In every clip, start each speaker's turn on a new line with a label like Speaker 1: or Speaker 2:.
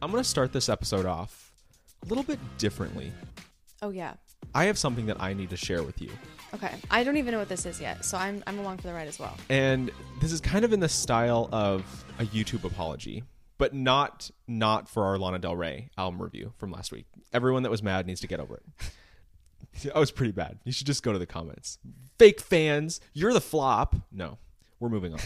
Speaker 1: I'm going to start this episode off a little bit differently.
Speaker 2: Oh yeah.
Speaker 1: I have something that I need to share with you.
Speaker 2: Okay. I don't even know what this is yet, so I'm I'm along for the ride as well.
Speaker 1: And this is kind of in the style of a YouTube apology, but not not for our Lana Del Rey album review from last week. Everyone that was mad needs to get over it. I was pretty bad. You should just go to the comments. Fake fans, you're the flop. No, we're moving on.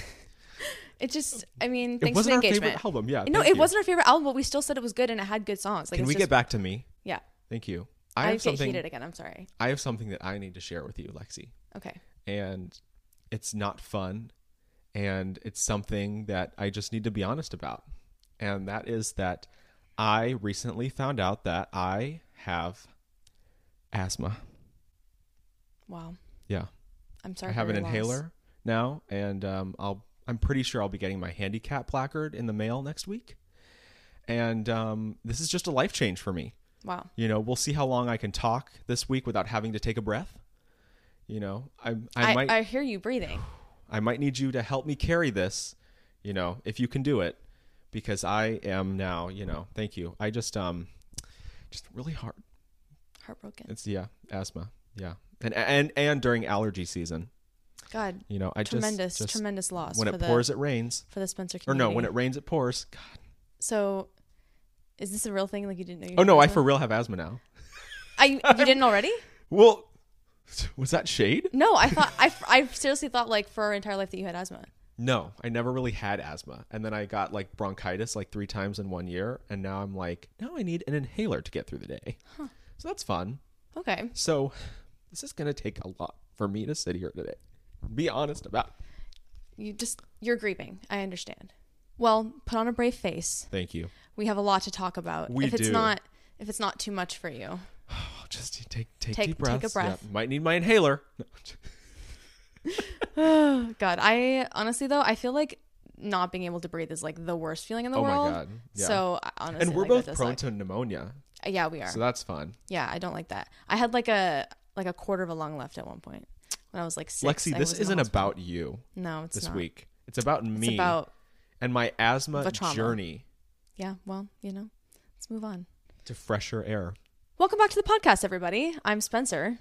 Speaker 2: It just I mean,
Speaker 1: it
Speaker 2: thanks for the
Speaker 1: wasn't our
Speaker 2: engagement.
Speaker 1: favorite album. Yeah.
Speaker 2: No,
Speaker 1: thank
Speaker 2: it
Speaker 1: you.
Speaker 2: wasn't our favorite album, but we still said it was good and it had good songs. Like
Speaker 1: Can
Speaker 2: it's
Speaker 1: we
Speaker 2: just,
Speaker 1: get back to me?
Speaker 2: Yeah.
Speaker 1: Thank you.
Speaker 2: I,
Speaker 1: I have
Speaker 2: get
Speaker 1: something.
Speaker 2: heated again. I'm sorry.
Speaker 1: I have something that I need to share with you, Lexi.
Speaker 2: Okay.
Speaker 1: and it's not fun and it's something that I just need to be honest about. And that is that I recently found out that I have asthma.
Speaker 2: Wow.
Speaker 1: Yeah.
Speaker 2: I'm
Speaker 1: I
Speaker 2: sorry. for
Speaker 1: have an
Speaker 2: your loss.
Speaker 1: inhaler now and um, I'll I'm pretty sure I'll be getting my handicap placard in the mail next week. And um, this is just a life change for me.
Speaker 2: Wow.
Speaker 1: You know, we'll see how long I can talk this week without having to take a breath. You know, I I,
Speaker 2: I,
Speaker 1: might
Speaker 2: I hear you breathing.
Speaker 1: I might need you to help me carry this, you know, if you can do it, because I am now, you know, thank you. I just, um, just really hard.
Speaker 2: Heartbroken.
Speaker 1: It's yeah, asthma, yeah, and and and during allergy season,
Speaker 2: God.
Speaker 1: you know, I
Speaker 2: Tremendous,
Speaker 1: just, just
Speaker 2: tremendous loss
Speaker 1: when
Speaker 2: for
Speaker 1: it
Speaker 2: the
Speaker 1: pours, it rains,
Speaker 2: for the Spencer
Speaker 1: or
Speaker 2: community.
Speaker 1: no, when it rains, it pours. God.
Speaker 2: So is this a real thing? Like you didn't know you
Speaker 1: Oh
Speaker 2: had
Speaker 1: no, I
Speaker 2: asthma?
Speaker 1: for real have asthma now.
Speaker 2: I you didn't already?
Speaker 1: Well, was that shade?
Speaker 2: No, I thought I, I seriously thought like for our entire life that you had asthma.
Speaker 1: No, I never really had asthma, and then I got like bronchitis like three times in one year, and now I'm like, now I need an inhaler to get through the day. So that's fun.
Speaker 2: Okay.
Speaker 1: So this is going to take a lot for me to sit here today. Be honest about.
Speaker 2: You just you're grieving. I understand. Well, put on a brave face.
Speaker 1: Thank you.
Speaker 2: We have a lot to talk about.
Speaker 1: We
Speaker 2: if it's
Speaker 1: do.
Speaker 2: not if it's not too much for you.
Speaker 1: I'll Oh, just take take,
Speaker 2: Take-
Speaker 1: deep
Speaker 2: take a
Speaker 1: breaths.
Speaker 2: breath.
Speaker 1: Yeah, might need my inhaler. No,
Speaker 2: God, I honestly though, I feel like not being able to breathe is like the worst feeling in the
Speaker 1: Oh my
Speaker 2: world.
Speaker 1: God. Yeah.
Speaker 2: So I- honestly,
Speaker 1: and we're
Speaker 2: like, that
Speaker 1: both
Speaker 2: does
Speaker 1: prone
Speaker 2: suck.
Speaker 1: to pneumonia,
Speaker 2: Yeah, we are.
Speaker 1: so that's fun.
Speaker 2: yeah, I don't like that. I had like a like a quarter of a lung left at one point when I was like six.
Speaker 1: Lexi,
Speaker 2: I
Speaker 1: this
Speaker 2: was in the
Speaker 1: isn't
Speaker 2: hospital.
Speaker 1: about you
Speaker 2: no, it's
Speaker 1: this
Speaker 2: not.
Speaker 1: week. It's about
Speaker 2: It's
Speaker 1: me
Speaker 2: about
Speaker 1: and my asthma
Speaker 2: the trauma.
Speaker 1: journey
Speaker 2: yeah. Well, you know, let's move on.
Speaker 1: to fresher air.
Speaker 2: Welcome back to the podcast, everybody. I'm Spencer.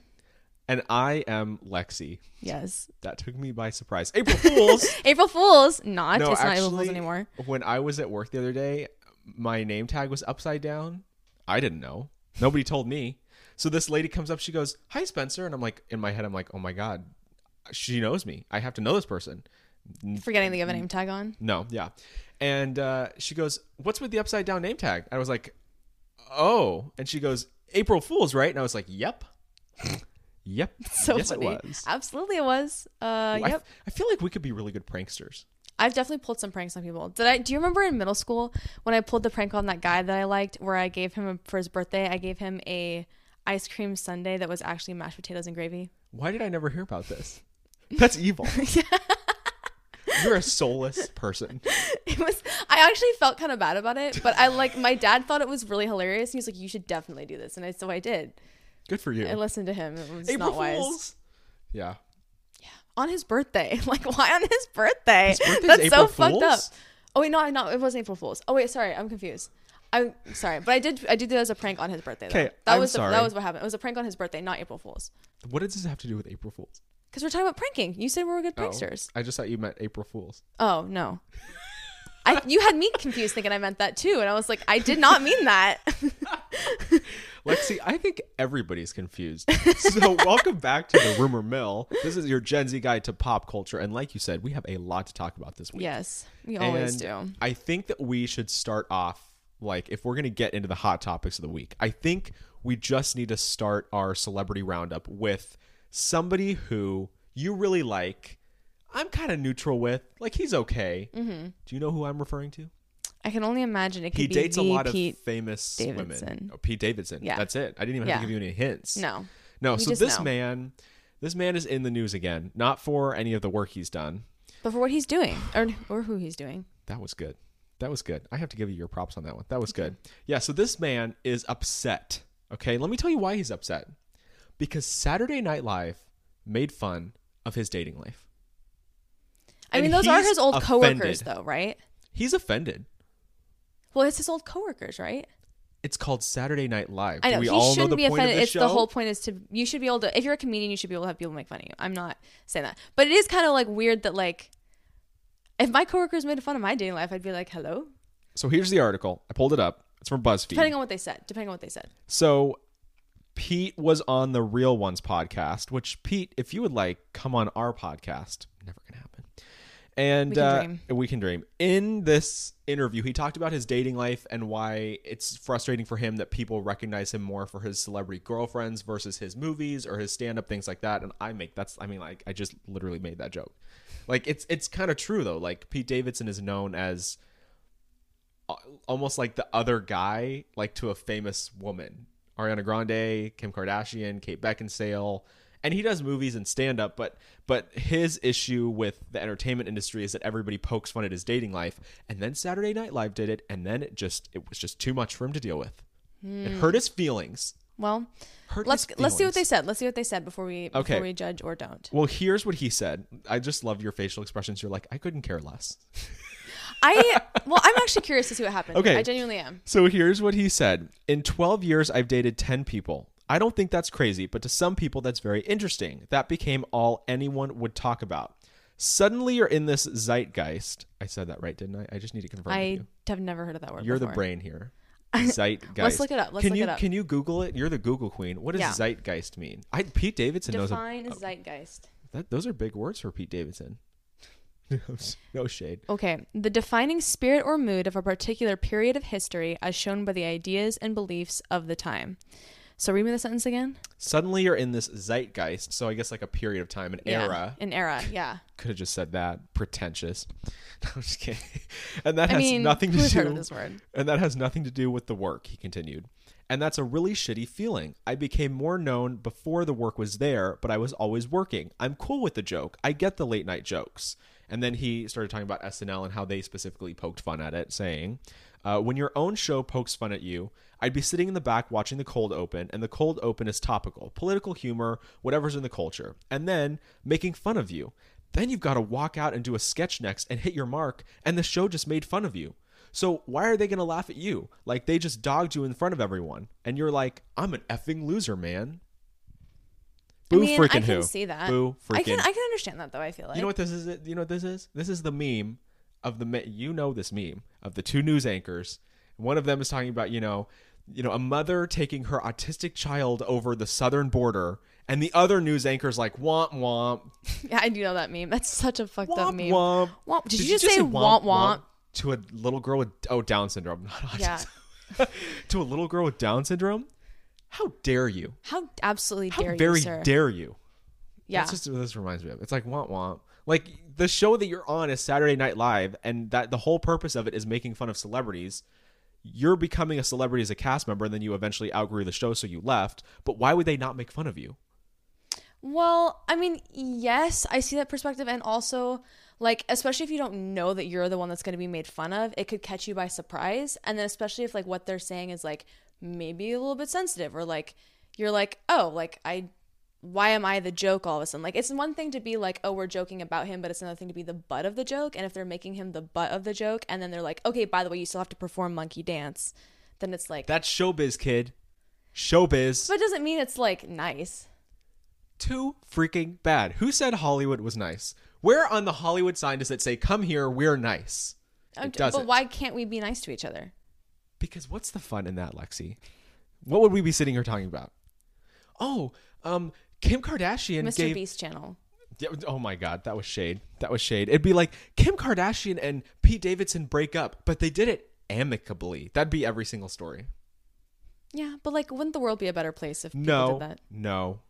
Speaker 1: And I am Lexi.
Speaker 2: Yes.
Speaker 1: That took me by surprise. April Fools.
Speaker 2: April Fools. Not.
Speaker 1: no,
Speaker 2: it's
Speaker 1: actually,
Speaker 2: not April Fools anymore.
Speaker 1: When I was at work the other day, my name tag was upside down. I didn't know. Nobody told me. So this lady comes up, she goes, "Hi, Spencer," and I'm like, in my head, I'm like, "Oh my god, she knows me. I have to know this person."
Speaker 2: Forgetting to give a name tag on.
Speaker 1: No, yeah. And uh, she goes, "What's with the upside down name tag?" I was like, "Oh," and she goes, "April Fools, right?" And I was like, "Yep, yep."
Speaker 2: So
Speaker 1: yes,
Speaker 2: funny.
Speaker 1: it was.
Speaker 2: Absolutely, it was. Uh,
Speaker 1: I,
Speaker 2: yep.
Speaker 1: I feel like we could be really good pranksters.
Speaker 2: I've definitely pulled some pranks on people. Did I? Do you remember in middle school when I pulled the prank on that guy that I liked, where I gave him for his birthday, I gave him a ice cream sundae that was actually mashed potatoes and gravy.
Speaker 1: Why did I never hear about this? That's evil. You're a soulless person.
Speaker 2: It was. I actually felt kind of bad about it, but I like my dad thought it was really hilarious. And he was like, "You should definitely do this," and I, so I did.
Speaker 1: Good for you.
Speaker 2: I listened to him. It was
Speaker 1: April
Speaker 2: not wise.
Speaker 1: Fools. Yeah.
Speaker 2: on his birthday. Like, why on his birthday?
Speaker 1: birthday's
Speaker 2: That's
Speaker 1: April
Speaker 2: so fucked up.
Speaker 1: Fool's?
Speaker 2: Oh wait, no, no, it wasn't April Fool's. Oh wait, sorry, I'm confused. I'm sorry, but I did I did do that as a prank on his birthday. though.
Speaker 1: 'Kay,
Speaker 2: that
Speaker 1: I'm
Speaker 2: was the,
Speaker 1: sorry.
Speaker 2: that was what happened. It was a prank on his birthday, not April Fool's.
Speaker 1: What does this have to do with April Fools?
Speaker 2: Because we're talking about pranking. You said we were good
Speaker 1: Oh,
Speaker 2: pranksters.
Speaker 1: I just thought you meant April Fools.
Speaker 2: Oh, no. I, you had me confused thinking I meant that too, and I was like, I did not mean that.
Speaker 1: Lexi, I think everybody's confused. So, welcome back to the rumor mill. This is your Gen Z guide to pop culture, and like you said, we have a lot to talk about this week.
Speaker 2: yes, we always
Speaker 1: And
Speaker 2: do.
Speaker 1: I think that we should start off like if we're going to get into the hot topics of the week. I think we just need to start our celebrity roundup with somebody who you really like. I'm kind of neutral with. Like he's okay.
Speaker 2: Mm-hmm.
Speaker 1: Do you know who I'm referring to?
Speaker 2: I can only imagine it could
Speaker 1: He
Speaker 2: be
Speaker 1: dates a
Speaker 2: the
Speaker 1: lot
Speaker 2: E, Pete.
Speaker 1: of famous women.
Speaker 2: Davidson.
Speaker 1: Oh, Pete Davidson.
Speaker 2: Yeah.
Speaker 1: That's it. I didn't even have to
Speaker 2: Yeah.
Speaker 1: give you any hints.
Speaker 2: No,
Speaker 1: No,
Speaker 2: We
Speaker 1: so
Speaker 2: just
Speaker 1: this
Speaker 2: know.
Speaker 1: man this man is in the news again, not for any of the work he's done.
Speaker 2: but for what he's doing, or or who he's doing.
Speaker 1: That was good. That was good. I have to give you your props on that one. That was good. Yeah, so this man is upset. Okay, let me tell you why he's upset. Because Saturday Night Live made fun of his dating life.
Speaker 2: I
Speaker 1: And
Speaker 2: mean, those are
Speaker 1: he's
Speaker 2: his old coworkers,
Speaker 1: offended.
Speaker 2: though, right?
Speaker 1: He's offended.
Speaker 2: Well, it's his old coworkers, right?
Speaker 1: It's called Saturday Night Live.
Speaker 2: I know
Speaker 1: we
Speaker 2: he
Speaker 1: all
Speaker 2: shouldn't
Speaker 1: know the
Speaker 2: be
Speaker 1: point
Speaker 2: offended.
Speaker 1: of the
Speaker 2: it's
Speaker 1: show.
Speaker 2: the whole point is to you should be able to if you're a comedian you should be able to have people make fun of you. I'm not saying that, but it is kind of like weird that like if my coworkers made fun of my dating life, I'd be like, hello.
Speaker 1: so here's the article. I pulled it up. It's from BuzzFeed.
Speaker 2: Depending on what they said, depending on what they said.
Speaker 1: So Pete was on the Real Ones podcast, which Pete, if you would like, come on our podcast. Never gonna happen. And
Speaker 2: We can
Speaker 1: uh,
Speaker 2: dream.
Speaker 1: we can dream. In this interview, he talked about his dating life and why it's frustrating for him that people recognize him more for his celebrity girlfriends versus his movies or his stand-up things like that. And I make that's I mean like I just literally made that joke. Like it's it's kind of true though. Like Pete Davidson is known as al- almost like the other guy, like to a famous woman. Ariana Grande, Kim Kardashian, Kate Beckinsale. And he does movies and stand up, but but his issue with the entertainment industry is that everybody pokes fun at his dating life. And then Saturday Night Live did it, and then it just it was just too much for him to deal with. It hurt his feelings.
Speaker 2: Well,
Speaker 1: Hurt
Speaker 2: Hmm. let's
Speaker 1: his
Speaker 2: let's see what
Speaker 1: feelings.
Speaker 2: they said. Let's see what they said before we
Speaker 1: Okay.
Speaker 2: before we judge or don't.
Speaker 1: Well, here's what he said. I just love your facial expressions. You're like, I couldn't care less.
Speaker 2: I well, I'm actually curious to see what happened.
Speaker 1: Okay.
Speaker 2: I genuinely am.
Speaker 1: So here's what he said In 12 years, I've dated 10 people. I don't think that's crazy, but to some people, that's very interesting. That became all anyone would talk about. Suddenly, you're in this zeitgeist. I said that right, didn't I? I just need to confirm. with
Speaker 2: I
Speaker 1: you.
Speaker 2: have never heard of that word.
Speaker 1: You're the
Speaker 2: before.
Speaker 1: brain here. Zeitgeist.
Speaker 2: look it up. Let's
Speaker 1: can
Speaker 2: look
Speaker 1: you
Speaker 2: it up.
Speaker 1: can you Google it? You're the Google queen. What does
Speaker 2: Yeah.
Speaker 1: zeitgeist mean? I, Pete Davidson
Speaker 2: Define
Speaker 1: knows. Oh. A,
Speaker 2: zeitgeist.
Speaker 1: that, those are big words for Pete Davidson. no shade.
Speaker 2: Okay, the defining spirit or mood of a particular period of history as shown by the ideas and beliefs of the time. So read me the sentence again.
Speaker 1: Suddenly, you're in this zeitgeist. So I guess like a period of time, an
Speaker 2: Yeah,
Speaker 1: era.
Speaker 2: An era, yeah.
Speaker 1: could have just said that pretentious no, i'm just kidding and that
Speaker 2: I
Speaker 1: has
Speaker 2: mean,
Speaker 1: nothing to
Speaker 2: who's
Speaker 1: do
Speaker 2: heard of this word?
Speaker 1: and that has nothing to do with the work he continued and that's a really shitty feeling i became more known before the work was there but i was always working i'm cool with the joke i get the late night jokes and then he started talking about snl and how they specifically poked fun at it saying uh, when your own show pokes fun at you i'd be sitting in the back watching the cold open and the cold open is topical political humor whatever's in the culture and then making fun of you then you've got to walk out and do a sketch next and hit your mark and the show just made fun of you so why are they going to laugh at you? Like they just dogged you in front of everyone, and you're like, "I'm an effing loser, man." Boo
Speaker 2: I mean,
Speaker 1: freaking
Speaker 2: I
Speaker 1: who?
Speaker 2: can see that.
Speaker 1: Boo freaking.
Speaker 2: I can I can understand that though, I feel like.
Speaker 1: you know what this is? You know what this is? This is the meme of the me- you know this meme of the two news anchors. One of them is talking about you know, you know, a mother taking her autistic child over the southern border, and the other news anchor's like, "Womp womp,
Speaker 2: Yeah, I do know that meme. That's such a fucked up
Speaker 1: womp
Speaker 2: meme.
Speaker 1: womp."
Speaker 2: Womp. Did, you just, say womp womp?
Speaker 1: to a little girl with oh Down syndrome, not
Speaker 2: Yeah.
Speaker 1: autism? to a little girl with Down syndrome? How dare you?
Speaker 2: How absolutely
Speaker 1: How
Speaker 2: dare
Speaker 1: very
Speaker 2: you, sir?
Speaker 1: dare you?
Speaker 2: yeah.
Speaker 1: That's just what this reminds me of. It's like womp womp. Like the show that you're on is Saturday Night Live, and that the whole purpose of it is making fun of celebrities. You're becoming a celebrity as a cast member, and then you eventually outgrew the show, so you left. But why would they not make fun of you?
Speaker 2: Well, I mean, yes, I see that perspective. And also, like, especially if you don't know that you're the one that's going to be made fun of, it could catch you by surprise. And then, especially if, like, what they're saying is, like, maybe a little bit sensitive, or like, you're like, oh, like, I, why am I the joke all of a sudden? Like, it's one thing to be like, oh, we're joking about him, but it's another thing to be the butt of the joke. And if they're making him the butt of the joke, and then they're like, okay, by the way, you still have to perform monkey dance, then it's like,
Speaker 1: That's showbiz, kid. Showbiz.
Speaker 2: but it doesn't mean it's like nice.
Speaker 1: too freaking bad. Who said Hollywood was nice? Where on the Hollywood sign does it say, come here, we're nice? It doesn't.
Speaker 2: But why can't we be nice to each other?
Speaker 1: Because what's the fun in that, Lexi? What would we be sitting here talking about? Oh, um, Kim Kardashian
Speaker 2: Mr.
Speaker 1: gave.
Speaker 2: Beast channel.
Speaker 1: Yeah, Oh my God, that was shade. That was shade. It'd be like Kim Kardashian and Pete Davidson break up, but they did it amicably. That'd be every single story.
Speaker 2: Yeah, but like, wouldn't the world be a better place if people
Speaker 1: No,
Speaker 2: did that?
Speaker 1: no,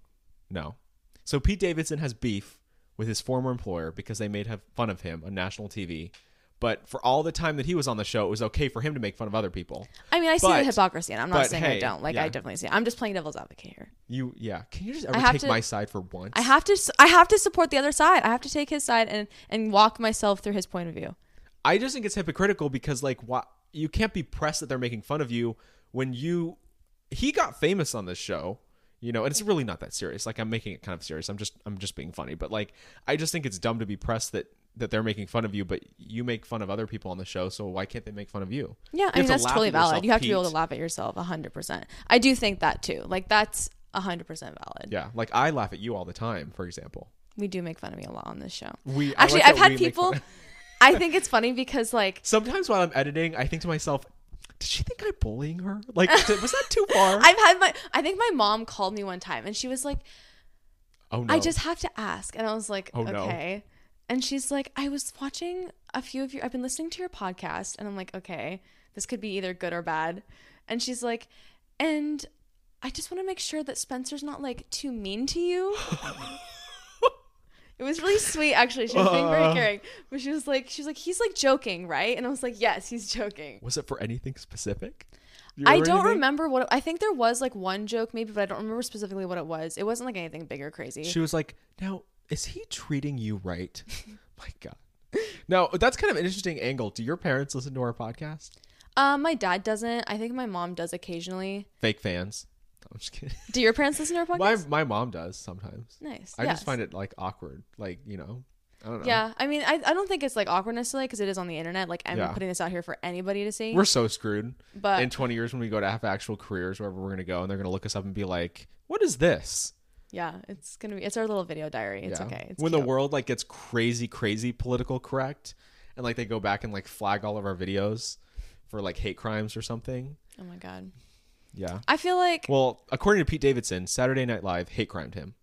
Speaker 1: no. So Pete Davidson has beef with his former employer because they made have fun of him on national TV. But for all the time that he was on the show, it was okay for him to make fun of other people.
Speaker 2: I mean, I see the
Speaker 1: But-
Speaker 2: hypocrisy, and I'm not
Speaker 1: but
Speaker 2: saying
Speaker 1: hey,
Speaker 2: I don't. Like,
Speaker 1: yeah.
Speaker 2: I definitely see. It. I'm just playing devil's advocate here.
Speaker 1: You, yeah. Can you just ever
Speaker 2: have
Speaker 1: take
Speaker 2: to-
Speaker 1: my side for once?
Speaker 2: I have to. s- I have to support the other side. I have to take his side and and walk myself through his point of view.
Speaker 1: I just think it's hypocritical because like why you can't be pressed that they're making fun of you when you he got famous on this show, you know, and it's really not that serious. Like I'm making it kind of serious. I'm just I'm just being funny, but like I just think it's dumb to be pressed that that they're making fun of you, but you make fun of other people on the show, so why can't they make fun of you?
Speaker 2: Yeah,
Speaker 1: have
Speaker 2: I mean
Speaker 1: to
Speaker 2: that's
Speaker 1: laugh
Speaker 2: totally
Speaker 1: at
Speaker 2: valid.
Speaker 1: yourself,
Speaker 2: you have to be able to
Speaker 1: Pete.
Speaker 2: laugh at yourself 100%. I do think that too. Like that's 100% valid.
Speaker 1: Yeah, like I laugh at you all the time, for example.
Speaker 2: We do make fun of me a lot on this show.
Speaker 1: We I
Speaker 2: Actually,
Speaker 1: like
Speaker 2: I've
Speaker 1: that
Speaker 2: had
Speaker 1: we make fun
Speaker 2: people
Speaker 1: of-
Speaker 2: I think it's funny because like
Speaker 1: Sometimes while I'm editing, I think to myself, "Did she think I'm bullying her? Like, did- was that too far?"
Speaker 2: I've had my I think my mom called me one time and she was like,
Speaker 1: oh no,
Speaker 2: I just have to ask. And I was like,
Speaker 1: Oh, no.
Speaker 2: okay. And she's like, I was watching a few of your, I've been listening to your podcast. And I'm like, okay, this could be either good or bad. And she's like, and I just want to make sure that Spencer's not like too mean to you. It was really sweet, actually. She was being very
Speaker 1: Uh.
Speaker 2: caring, but she was like, she was like, he's like joking, right? And I was like, yes, he's joking.
Speaker 1: was it for anything specific? Do you
Speaker 2: I don't
Speaker 1: anything?
Speaker 2: remember what I think there was like one joke maybe, but I don't remember specifically what it was. It wasn't like anything big or crazy.
Speaker 1: She was like, "Now, is he treating you right?" My God. Now that's kind of an interesting angle. Do your parents listen to our podcast?
Speaker 2: Uh, my dad doesn't. I think my mom does occasionally.
Speaker 1: Fake fans. I'm just kidding.
Speaker 2: Do your parents listen to our
Speaker 1: My
Speaker 2: podcast?
Speaker 1: my mom does sometimes.
Speaker 2: nice.
Speaker 1: I just find it like awkward. Like you know, I don't know.
Speaker 2: Yeah, I mean, I, I don't think it's like awkward necessarily because it is on the internet. Like I'm
Speaker 1: Yeah.
Speaker 2: putting this out here for anybody to see.
Speaker 1: We're so screwed.
Speaker 2: but
Speaker 1: in 20 years when we go to have actual careers wherever we're going to go and they're going to look us up and be like what is this
Speaker 2: yeah, it's gonna be it's our little video diary. It's okay. It's
Speaker 1: when the
Speaker 2: cute.
Speaker 1: world like gets crazy crazy political correct and like they go back and like flag all of our videos for like hate crimes or something
Speaker 2: oh my god,
Speaker 1: yeah
Speaker 2: I feel like
Speaker 1: well according to pete davidson saturday night live hate crimed him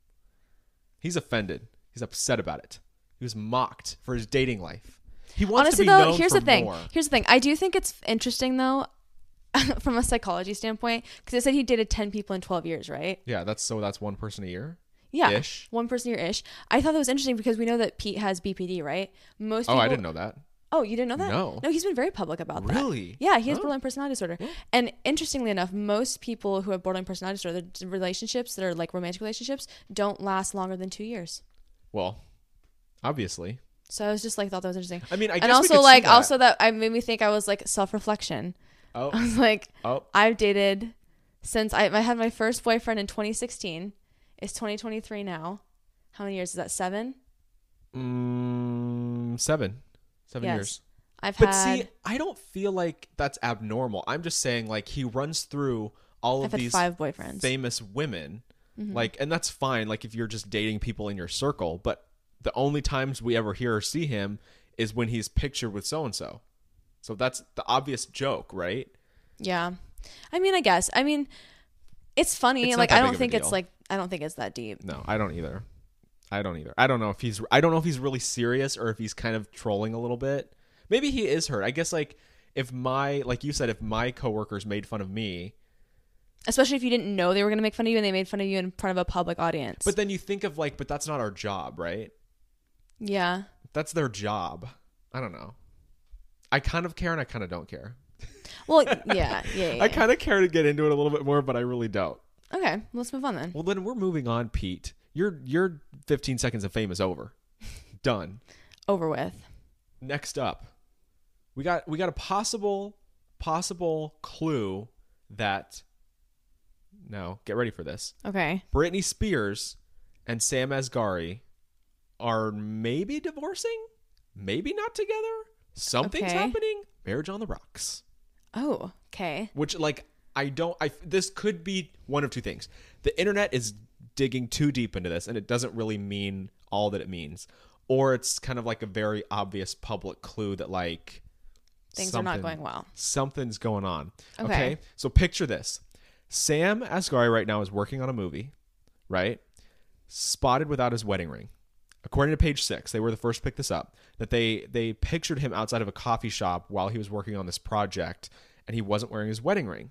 Speaker 1: he's offended he's upset about it he was mocked for his dating life he wants
Speaker 2: honestly
Speaker 1: to be
Speaker 2: though,
Speaker 1: known
Speaker 2: here's
Speaker 1: for
Speaker 2: the thing.
Speaker 1: more.
Speaker 2: Here's the thing. I do think it's interesting though, from a psychology standpoint, because it said he dated ten people in twelve years, right?
Speaker 1: yeah that's so that's one person a year
Speaker 2: Yeah,
Speaker 1: Ish.
Speaker 2: one person year ish. I thought that was interesting because we know that Pete has BPD, right? Most
Speaker 1: oh
Speaker 2: people,
Speaker 1: i didn't know that
Speaker 2: Oh, you didn't know that?
Speaker 1: No.
Speaker 2: No, he's been very public about that.
Speaker 1: Really?
Speaker 2: Yeah, he has
Speaker 1: Huh.
Speaker 2: borderline personality disorder. And interestingly enough, most people who have borderline personality disorder, the relationships that are like romantic relationships, don't last longer than two years.
Speaker 1: well obviously
Speaker 2: So I was just like, thought that was interesting.
Speaker 1: I mean, I guess
Speaker 2: and
Speaker 1: we could
Speaker 2: also
Speaker 1: see
Speaker 2: like,
Speaker 1: that.
Speaker 2: also that I made me think I was like self reflection.
Speaker 1: oh
Speaker 2: I was like,
Speaker 1: Oh.
Speaker 2: I've dated since I, I had my first boyfriend in 2016. It's 2023 now. How many years is that? Seven.
Speaker 1: Mm, seven. Seven
Speaker 2: yes.
Speaker 1: years.
Speaker 2: I've
Speaker 1: But
Speaker 2: had.
Speaker 1: see, I don't feel like that's abnormal. I'm just saying, like, he runs through all
Speaker 2: I've
Speaker 1: of
Speaker 2: had
Speaker 1: these
Speaker 2: five boyfriends.
Speaker 1: famous women. Like, and that's fine. Like, if you're just dating people in your circle, but the only times we ever hear or see him is when he's pictured with so and so. So that's the obvious joke, right?
Speaker 2: Yeah. I mean, I guess. I mean, it's funny.
Speaker 1: It's not
Speaker 2: like
Speaker 1: that
Speaker 2: I
Speaker 1: big of
Speaker 2: don't
Speaker 1: a
Speaker 2: think it's
Speaker 1: deal.
Speaker 2: like I don't think it's that deep.
Speaker 1: No, I don't either. I don't either. I don't know if he's I don't know if he's really serious or if he's kind of trolling a little bit. Maybe he is hurt. I guess like if my like you said if my coworkers made fun of me,
Speaker 2: Especially if you didn't know they were going to make fun of you and they made fun of you in front of a public audience.
Speaker 1: but then you think of like but that's not our job, right?
Speaker 2: yeah.
Speaker 1: That's their job. I don't know. I kind of care and I kind of don't care.
Speaker 2: Well, yeah, yeah. yeah,
Speaker 1: I
Speaker 2: yeah.
Speaker 1: kind of care to get into it a little bit more, but I really don't.
Speaker 2: okay, let's move on then.
Speaker 1: Well, then we're moving on, Pete. Your your 15 seconds of fame is over. Done.
Speaker 2: Over with.
Speaker 1: next up we got we got a possible possible clue that no get ready for this
Speaker 2: Okay.
Speaker 1: britney spears and sam asghari are maybe divorcing maybe not together something's
Speaker 2: Okay.
Speaker 1: happening marriage on the rocks
Speaker 2: Oh, okay.
Speaker 1: which like i don't i this could be one of two things the internet is digging too deep into this and it doesn't really mean all that it means or it's kind of like a very obvious public clue that like
Speaker 2: Things are not
Speaker 1: something-
Speaker 2: going well.
Speaker 1: something's going on okay.
Speaker 2: Okay.
Speaker 1: so picture this sam asghari right now is working on a movie right spotted without his wedding ring according to page six they were the first to pick this up that they they pictured him outside of a coffee shop while he was working on this project and he wasn't wearing his wedding ring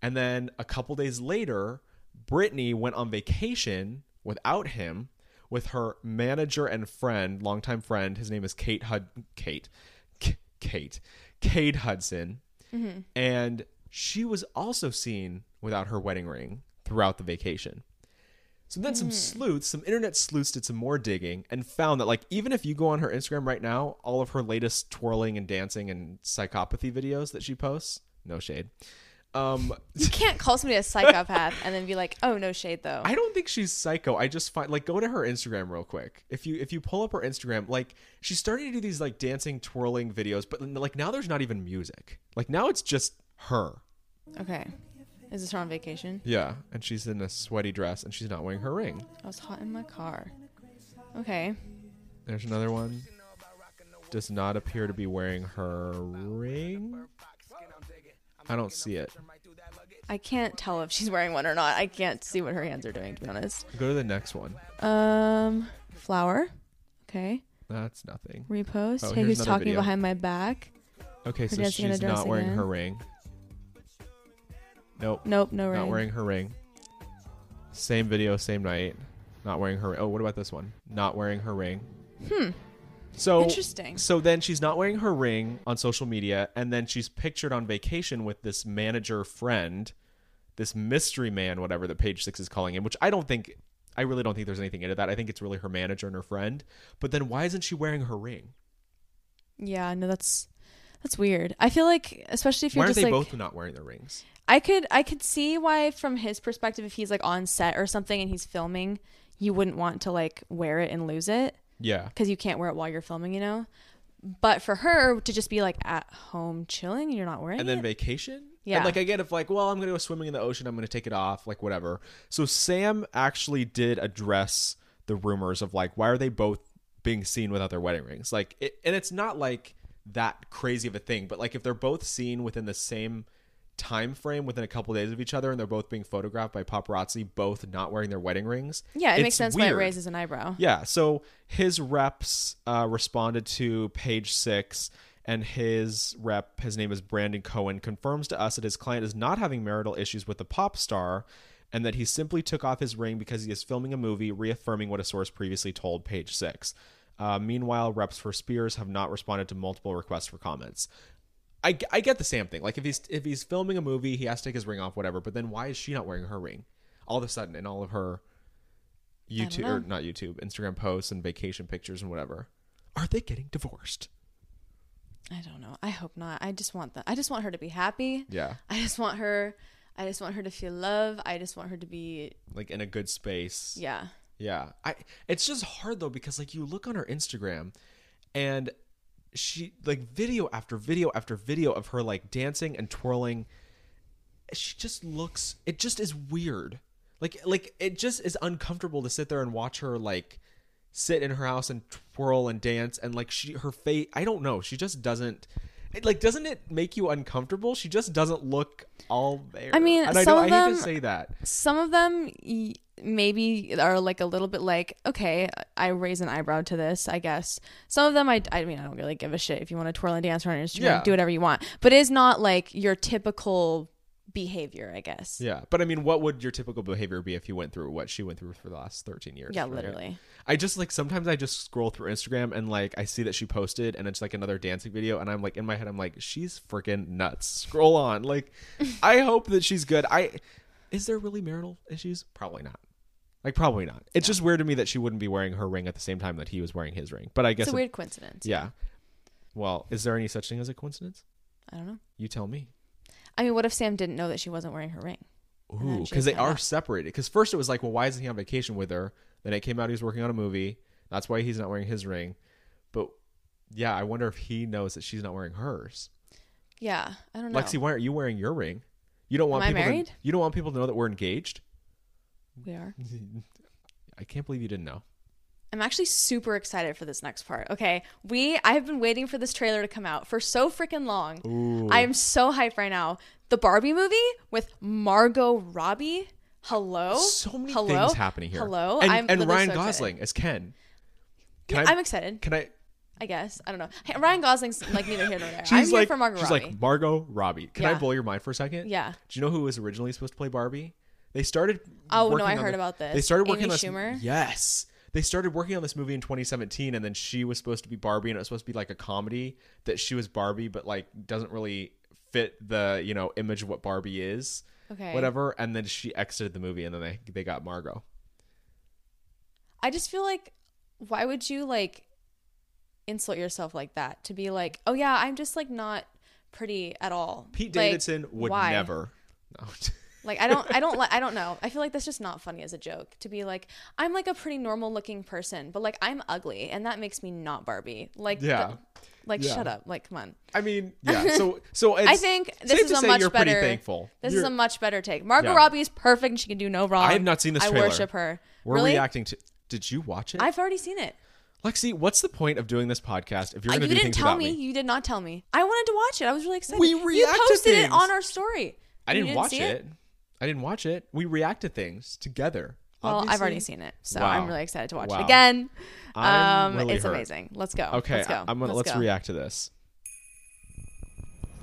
Speaker 1: and then a couple days later, Brittany went on vacation without him with her manager and friend, longtime friend. His name is Kate Hud. Kate. K- Kate. Cade Hudson. And she was also seen without her wedding ring throughout the vacation. So then some sleuths, some internet sleuths did some more digging and found that like even if you go on her Instagram right now, all of her latest twirling and dancing and psychopathy videos that she posts, no shade, Um,
Speaker 2: You can't call somebody a psychopath and then be like, oh, no shade though.
Speaker 1: I don't think she's psycho. I just find like go to her Instagram real quick. If you if you pull up her Instagram, like she's starting to do these like dancing, twirling videos, but like now there's not even music. Like now it's just her.
Speaker 2: okay. Is this her on vacation?
Speaker 1: Yeah, and she's in a sweaty dress and she's not wearing her ring.
Speaker 2: I was hot in my car. Okay.
Speaker 1: There's another one. Does not appear to be wearing her ring. I don't see it.
Speaker 2: I can't tell if she's wearing one or not. I can't see what her hands are doing, to be honest.
Speaker 1: Go to the next one.
Speaker 2: Um, flower. Okay.
Speaker 1: That's nothing.
Speaker 2: Repost.
Speaker 1: Oh,
Speaker 2: hey,
Speaker 1: here's
Speaker 2: who's
Speaker 1: another
Speaker 2: talking
Speaker 1: video.
Speaker 2: behind my back?
Speaker 1: Okay, so
Speaker 2: dancing in a
Speaker 1: she's
Speaker 2: dress
Speaker 1: not wearing
Speaker 2: again.
Speaker 1: her ring. Nope.
Speaker 2: Nope, no ring.
Speaker 1: Not wearing her ring. Same video, same night. Not wearing her. Oh, what about this one? Not wearing her ring. Hmm. So
Speaker 2: Interesting.
Speaker 1: So then she's not wearing her ring on social media, and then she's pictured on vacation with this manager friend, this mystery man, whatever that Page Six is calling him. Which I don't think, I really don't think there's anything into that. I think it's really her manager and her friend. But then why isn't she wearing her ring?
Speaker 2: Yeah, no, that's that's weird. I feel like, especially if you're
Speaker 1: Why are
Speaker 2: just
Speaker 1: they
Speaker 2: like,
Speaker 1: both not wearing their rings?
Speaker 2: I could I could see why from his perspective, if he's like on set or something and he's filming, you wouldn't want to like wear it and lose it
Speaker 1: Yeah.
Speaker 2: because you can't wear it while you're filming, you know. But for her to just be like at home chilling, you're not wearing
Speaker 1: and
Speaker 2: it.
Speaker 1: then vacation.
Speaker 2: Yeah.
Speaker 1: And like I get if like, well, I'm gonna go swimming in the ocean, I'm gonna take it off, like whatever. So Sam actually did address the rumors of like, why are they both being seen without their wedding rings? Like, it, and it's not like that crazy of a thing, but like if they're both seen within the same time frame within a couple days of each other and they're both being photographed by paparazzi both not wearing their wedding rings
Speaker 2: yeah, it
Speaker 1: it's
Speaker 2: makes sense why it
Speaker 1: weird.
Speaker 2: raises an eyebrow.
Speaker 1: Yeah. So his reps uh, responded to page six, and his rep, his name is Brandon Cohen, confirms to us that his client is not having marital issues with the pop star and that he simply took off his ring because he is filming a movie, reaffirming what a source previously told page six. Uh, meanwhile, reps for Spears have not responded to multiple requests for comments. I, I get the Sam thing. Like if he's if he's filming a movie, he has to take his ring off, whatever. But then why is she not wearing her ring? All of a sudden, in all of her YouTube or not YouTube, Instagram posts and vacation pictures and whatever. Are they getting divorced?
Speaker 2: I don't know. I hope not. I just want that. I just want her to be happy.
Speaker 1: Yeah,
Speaker 2: I just want her. I just want her to feel love. I just want her to be.
Speaker 1: like in a good space.
Speaker 2: Yeah.
Speaker 1: Yeah. I it's just hard though because like you look on her Instagram and she like video after video after video of her like dancing and twirling she just looks it just is weird. Like like it just is uncomfortable to sit there and watch her like sit in her house and twirl and dance and like she her face I don't know, she just doesn't it, like doesn't it make you uncomfortable? She just doesn't look all there.
Speaker 2: I mean,
Speaker 1: and I,
Speaker 2: some
Speaker 1: know,
Speaker 2: of
Speaker 1: I hate to
Speaker 2: them-
Speaker 1: say that.
Speaker 2: Some of them y- maybe are like a little bit like, okay, I raise an eyebrow to this, I guess. Some of them, I, I mean, I don't really give a shit. If you want to twirl and dance on Instagram,
Speaker 1: Yeah.
Speaker 2: do whatever you want. But it is not like your typical behavior, I guess.
Speaker 1: Yeah, but I mean, what would your typical behavior be if you went through what she went through for the last thirteen years?
Speaker 2: Yeah,
Speaker 1: right?
Speaker 2: literally.
Speaker 1: I just like sometimes I just scroll through Instagram and like I see that she posted and it's like another dancing video and I'm like in my head I'm like she's freaking nuts. Scroll on. Like I hope that she's good. I is there really marital issues? Probably not. Like probably not. It's just weird to me that she wouldn't be wearing her ring at the same time that he was wearing his ring. But I guess
Speaker 2: It's a
Speaker 1: it-
Speaker 2: weird coincidence.
Speaker 1: yeah. Well, is there any such thing as a coincidence?
Speaker 2: I don't know.
Speaker 1: You tell me.
Speaker 2: I mean, what if Sam didn't know that she wasn't wearing her ring? And
Speaker 1: Ooh,
Speaker 2: then she
Speaker 1: because they
Speaker 2: found
Speaker 1: are
Speaker 2: out.
Speaker 1: separated. Because first it was like, well, why isn't he on vacation with her? Then it came out he was working on a movie. That's why he's not wearing his ring. But yeah, I wonder if he knows that she's not wearing hers.
Speaker 2: Yeah, I don't know.
Speaker 1: Lexi, why aren't you wearing your ring? You don't want
Speaker 2: Am I
Speaker 1: people
Speaker 2: married?
Speaker 1: To, you don't want people to know that we're engaged.
Speaker 2: we are.
Speaker 1: I can't believe you didn't know.
Speaker 2: I'm actually super excited for this next part. Okay, we I have been waiting for this trailer to come out for so freaking long. I am so hyped right now. The Barbie movie with Margot Robbie. Hello.
Speaker 1: So many
Speaker 2: Oh, Hello?
Speaker 1: things happening here.
Speaker 2: Hello.
Speaker 1: and,
Speaker 2: I'm
Speaker 1: and
Speaker 2: literally
Speaker 1: Ryan
Speaker 2: so excited.
Speaker 1: Gosling as Ken. Can
Speaker 2: I'm excited.
Speaker 1: Can I?
Speaker 2: I guess I don't know. Hey, Ryan Gosling's like neither here nor there.
Speaker 1: She's
Speaker 2: I'm here
Speaker 1: like
Speaker 2: for Margot
Speaker 1: she's
Speaker 2: Robbie.
Speaker 1: like Margot Robbie. Can I
Speaker 2: Yeah.
Speaker 1: blow your mind for a second?
Speaker 2: Yeah.
Speaker 1: Do you know who was originally supposed to play Barbie? They started.
Speaker 2: Oh, no,
Speaker 1: working
Speaker 2: I
Speaker 1: on
Speaker 2: heard
Speaker 1: the-
Speaker 2: about this.
Speaker 1: They started working
Speaker 2: Amy
Speaker 1: on this,
Speaker 2: Schumer?
Speaker 1: Yes, they started working on this movie in 2017, and then she was supposed to be Barbie, and it was supposed to be like a comedy that she was Barbie, but like doesn't really fit the you know image of what Barbie is,
Speaker 2: okay.
Speaker 1: whatever. And then she exited the movie, and then they they got Margot.
Speaker 2: I just feel like why would you like insult yourself like that to be like, oh yeah, I'm just like not pretty at all.
Speaker 1: Pete
Speaker 2: Like,
Speaker 1: Davidson would
Speaker 2: why?
Speaker 1: never. No.
Speaker 2: Like I don't I don't like I don't know. I feel like that's just not funny as a joke to be like I'm like a pretty normal looking person, but like I'm ugly and that makes me not Barbie. Like
Speaker 1: Yeah.
Speaker 2: th- like
Speaker 1: Yeah.
Speaker 2: shut up. Like come on.
Speaker 1: I mean, yeah. So, so it's,
Speaker 2: I think this
Speaker 1: safe
Speaker 2: is
Speaker 1: to
Speaker 2: a
Speaker 1: say
Speaker 2: much
Speaker 1: you're
Speaker 2: better-
Speaker 1: Pretty thankful.
Speaker 2: This
Speaker 1: You're-
Speaker 2: is a much better take. Margot
Speaker 1: Yeah.
Speaker 2: Robbie is perfect and she can do no wrong.
Speaker 1: I have not seen this
Speaker 2: I
Speaker 1: trailer.
Speaker 2: worship her.
Speaker 1: We're
Speaker 2: really?
Speaker 1: reacting to. Did you watch it,
Speaker 2: I've already seen it.
Speaker 1: Lexi? What's the point of doing this podcast if you're
Speaker 2: Uh,
Speaker 1: going to
Speaker 2: you
Speaker 1: do
Speaker 2: didn't
Speaker 1: things
Speaker 2: tell
Speaker 1: without me?
Speaker 2: You did not tell me. I wanted to watch it. I was really excited.
Speaker 1: We
Speaker 2: You
Speaker 1: react to
Speaker 2: posted it
Speaker 1: things.
Speaker 2: on our story.
Speaker 1: I
Speaker 2: You
Speaker 1: didn't, watch
Speaker 2: see
Speaker 1: it. I didn't watch it. We react to things together.
Speaker 2: Well, I've
Speaker 1: Obviously.
Speaker 2: already seen it, so
Speaker 1: Wow.
Speaker 2: I'm really excited to watch it
Speaker 1: Wow.
Speaker 2: again.
Speaker 1: I'm
Speaker 2: Um,
Speaker 1: really
Speaker 2: it's
Speaker 1: hurt.
Speaker 2: amazing. Let's go.
Speaker 1: Okay,
Speaker 2: let's go.
Speaker 1: I'm gonna let's,
Speaker 2: go.
Speaker 1: react to this.